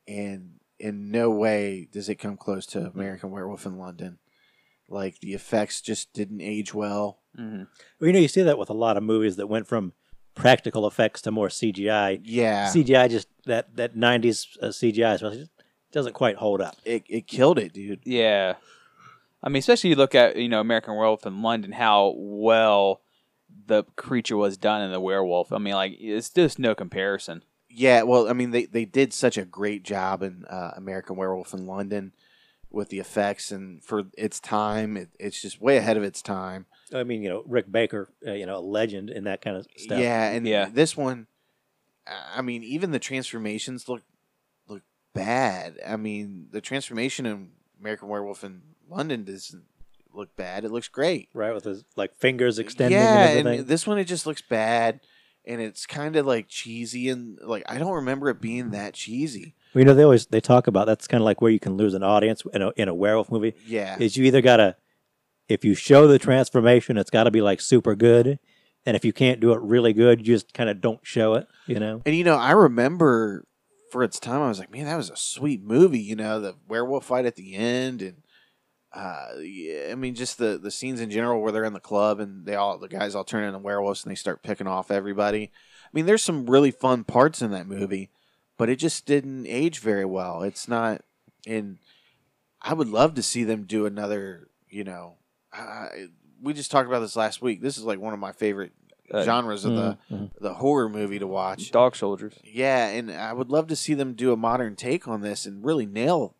S1: and in no way does it come close to American Werewolf in London. Like the effects just didn't age well.
S3: hmm
S2: Well, you know, you see that with a lot of movies that went from practical effects to more CGI.
S1: Yeah,
S2: CGI just that that '90s uh, CGI especially just doesn't quite hold up.
S1: it it killed it, dude.
S3: Yeah. I mean, especially you look at, you know, American Werewolf in London, how well the creature was done in the werewolf. I mean, like, it's just no comparison.
S1: Yeah, well, I mean, they, they did such a great job in uh, American Werewolf in London with the effects, and for its time, it, it's just way ahead of its time.
S2: I mean, you know, Rick Baker, uh, you know, a legend in that kind of stuff.
S1: Yeah, and
S3: Yeah.
S1: this one, I I mean, even the transformations look look bad. I mean, the transformation in American Werewolf in London doesn't look bad; it looks great.
S2: right with his like fingers extending
S1: yeah,
S2: and everything.
S1: this one it just looks bad, and it's kind of like cheesy, and like I don't remember it being that cheesy.
S2: Well, you know, they always they talk about that's kind of like where you can lose an audience in a in a werewolf movie
S1: Yeah,
S2: is you either gotta if you show the transformation, it's got to be like super good. And if you can't do it really good, you just kind of don't show it, you know?
S1: And you know, I remember for its time, I was like, man, that was a sweet movie. You know, the werewolf fight at the end, and uh, yeah, I mean, just the the scenes in general where they're in the club and they all the guys all turn into werewolves and they start picking off everybody. I mean, there's some really fun parts in that movie, but it just didn't age very well. It's not, and I would love to see them do another. You know, I, we just talked about this last week. This is like one of my favorite
S3: Uh,
S1: genres of the
S2: Mhm, mhm.
S1: the horror movie to watch.
S3: Dog soldiers.
S1: Yeah, and I would love to see them do a modern take on this and really nail,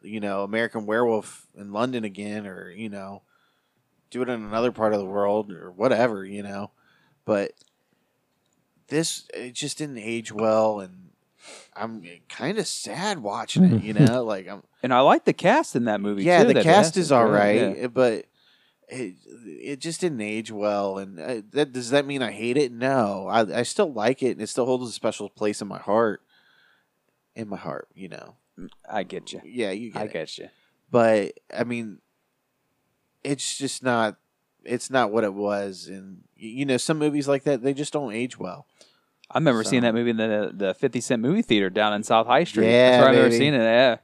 S1: you know, American Werewolf in London again, or you know, do it in another part of the world or whatever, you know. But this it just didn't age well, and I'm kind of sad watching it. You know, like I'm
S3: And I like the cast in that movie.
S1: yeah,
S3: too,
S1: the
S3: that
S1: cast is all
S3: good,
S1: right, eh,
S3: yeah.
S1: but it it just didn't age well. And uh that does that mean I hate it? No, I I still like it, and it still holds a special place in my heart. In my heart, you know.
S3: I get you.
S1: Yeah, you get
S3: I
S1: it.
S3: get you.
S1: But I mean, it's just not. It's not what it was, and y- you know, some movies like that they just don't age well.
S3: I remember
S1: So-
S3: seeing that movie in the the fifty cent movie theater down in South High Street.
S1: Yeah,
S3: That's where I remember
S1: baby.
S3: seeing it. Yeah.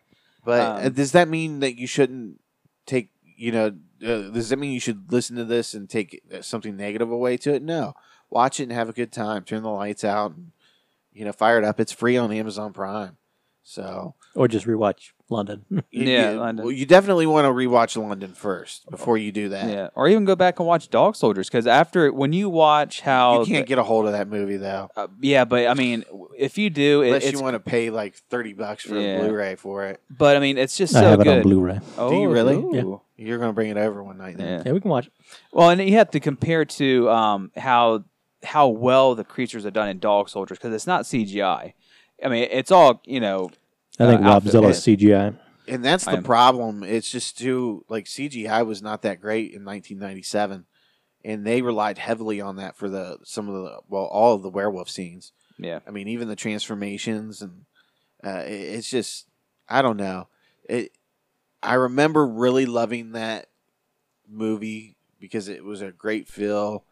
S1: But
S3: Um,
S1: uh, does that mean that you shouldn't take, you know, uh, does that mean you should listen to this and take uh, something negative away to it? No. Watch it and have a good time. Turn the lights out and, you know, fire it up. It's free on Amazon Prime. So,
S2: Or just rewatch London.
S1: you-
S3: Yeah,
S1: you,
S3: London.
S1: Well, you definitely want to rewatch London first before you do that.
S3: Yeah, or even go back and watch Dog Soldiers because after when you watch how
S1: You can't get a hold of that movie, though,
S3: uh, yeah, but I mean, if you do, it,
S1: unless
S3: it's
S1: you want to pay like 30 bucks for
S3: Yeah.
S1: a Blu ray for it.
S3: but I mean, it's just
S2: I
S3: so
S2: have
S3: good.
S2: it on Blu ray.
S3: Oh,
S1: you really?
S3: ooh.
S1: You're going to bring it over one night then.
S3: Yeah.
S2: Yeah, we can watch it.
S3: Well, and you have to compare to um, how how well the creatures are done in Dog Soldiers because it's not CGI. I mean, it's all you know.
S2: I think
S3: Uh,
S2: Rob
S3: outfit,
S2: Zilla's CGI.
S1: And that's
S3: I
S1: the
S3: am-
S1: problem. It's just too like CGI was not that great in 1997, and they relied heavily on that for the some of the well all of the werewolf scenes.
S3: Yeah,
S1: I mean, even the transformations and uh, it- it's just I don't know. It I remember really loving that movie because it was a great feel.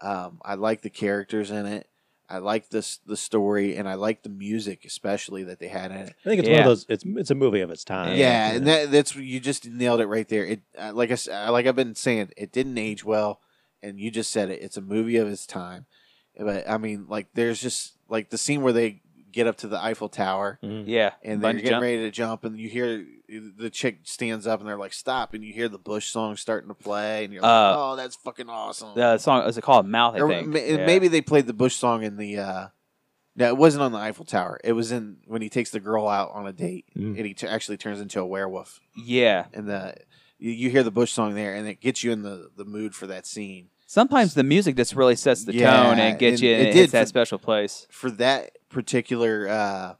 S1: Um, I like the characters in it. I like this the story, and I like the music especially that they had in it.
S2: I think it's one
S3: Yeah.
S2: of those. It's it's a movie of its time.
S1: Yeah, and that, that's you just nailed it right there. It uh, like I s- uh, like I've been saying, it didn't age well, and you just said it. It's a movie of its time, but I mean, like there's just like the scene where they get up to the Eiffel Tower
S2: Mhm.
S3: yeah.
S1: Mm-hmm. and
S3: Bungee
S1: they're getting
S3: jump.
S1: ready to jump, and you hear the chick stands up and they're like stop, and you hear the Bush song starting to play, and you're like,
S3: Uh,
S1: oh, that's fucking awesome.
S3: The song is it called Mouth? I
S1: Or
S3: think.
S1: ma-
S3: Yeah.
S1: Maybe they played the Bush song in the. uh no, it wasn't on the Eiffel Tower. It was in when he takes the girl out on a date,
S2: Mm.
S1: and he t- actually turns into a werewolf
S3: Yeah.
S1: and the you, you hear the Bush song there, and it gets you in the, the mood for that scene.
S3: Sometimes the music just really sets the
S1: Yeah,
S3: tone and gets
S1: and
S3: you.
S1: it
S3: And it
S1: did
S3: hits that
S1: for-
S3: special place.
S1: For that particular uh,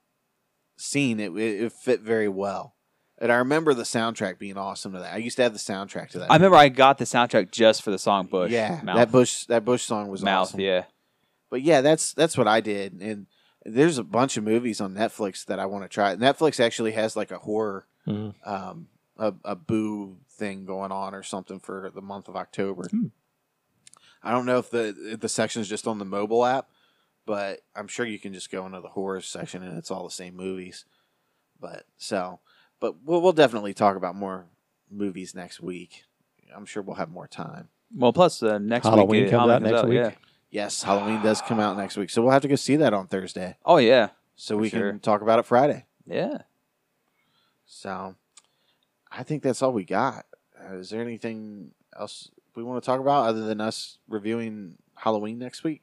S1: scene, it, it it fit very well, and I remember the soundtrack being awesome to that. I used to have the soundtrack to that.
S3: I remember I got the soundtrack just for the song Bush.
S1: yeah,
S3: Mouth.
S1: that Bush that Bush song was
S3: Mouth.
S1: awesome.
S3: Yeah.
S1: But yeah, that's that's what I did, and there's a bunch of movies on Netflix that I want to try. Netflix actually has like a horror.
S2: Mhm.
S1: um, a, a boo thing going on or something for the month of October.
S2: Hmm.
S1: I don't know if the if the section is just on the mobile app, but I'm sure you can just go into the horror section and it's all the same movies. But so, but we'll, we'll definitely talk about more movies next week. I'm sure we'll have more time.
S3: Well, plus uh, next
S2: Halloween
S3: week, uh,
S2: comes
S3: Halloween
S2: out next week.
S3: Yeah.
S1: Yes, Halloween does come out next week, so we'll have to go see that on Thursday,
S3: Oh yeah.
S1: so
S3: For
S1: we
S3: sure.
S1: can talk about it Friday.
S3: Yeah.
S1: So I think that's all we got. Uh, is there anything else we want to talk about other than us reviewing Halloween next week?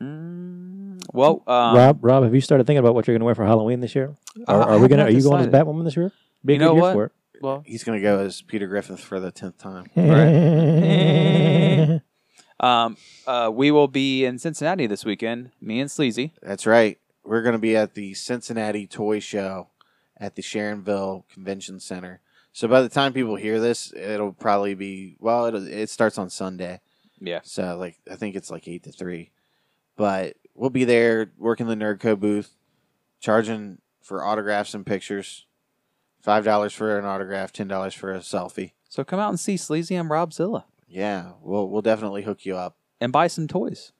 S3: Mm, well, um,
S2: Rob, Rob, have you started thinking about what you're going to wear for Halloween this year?
S3: I-
S2: Are,
S3: I
S2: are we
S3: have
S2: gonna?
S3: not
S2: Are you going as
S3: decided.
S2: Batwoman this year? Be a
S3: You
S2: good
S3: know
S2: year
S3: what?
S2: for it.
S3: Well,
S1: He's going to go as Peter Griffith for the 10th time.
S3: Right. um, uh, we will be in Cincinnati this weekend. Me and Sleazy.
S1: That's right. We're going to be at the Cincinnati Toy Show at the Sharonville Convention Center. So by the time people hear this, it'll probably be well. It it starts on Sunday,
S3: Yeah.
S1: so like I think it's like eight to three, but we'll be there working the Nerdco booth, charging for autographs and pictures, five dollars for an autograph, ten dollars for a selfie.
S3: So come out and see Sleazy and Robzilla
S1: Yeah, we'll we'll definitely hook you up.
S3: and buy some toys.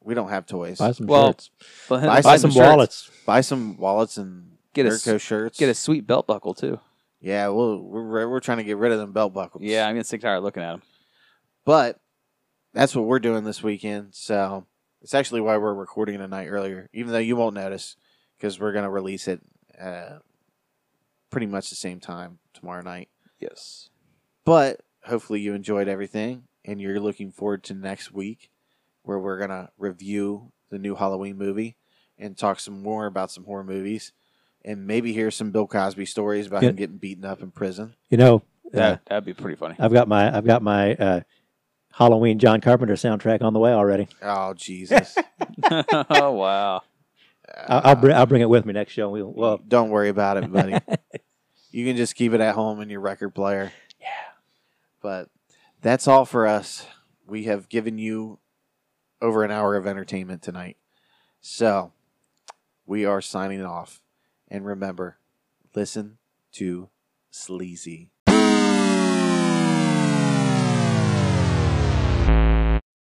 S1: We don't have toys.
S2: Buy some
S3: Well,
S2: shirts.
S3: Buy,
S2: Buy
S1: some
S2: some,
S1: shirts.
S2: wallets.
S1: Buy some wallets and
S3: Get a
S1: Nerdco shirts.
S3: Get a sweet belt buckle too.
S1: yeah. We'll, we're we're trying to get rid of them belt buckles.
S3: Yeah, I'm getting sick and tired of looking at them.
S1: but that's what we're doing this weekend. So it's actually why we're recording a night earlier, even though you won't notice because we're gonna release it uh, pretty much the same time tomorrow night.
S3: Yes.
S1: But hopefully you enjoyed everything and you're looking forward to next week where we're going to review the new Halloween movie and talk some more about some horror movies and maybe hear some Bill Cosby stories about
S2: Yeah.
S1: him getting beaten up in prison.
S2: You know, uh,
S3: That that'd be pretty funny.
S2: I've got my I've got my uh, Halloween John Carpenter soundtrack on the way already.
S1: Oh, Jesus. Uh,
S3: oh wow.
S2: I, I'll bring I'll bring it with me next show. We'll, well
S1: Don't worry about it, buddy. you can just keep it at home in your record player. Yeah. But that's all for us. We have given you over an hour of entertainment tonight. So we are signing off. And remember, listen to Sleazy.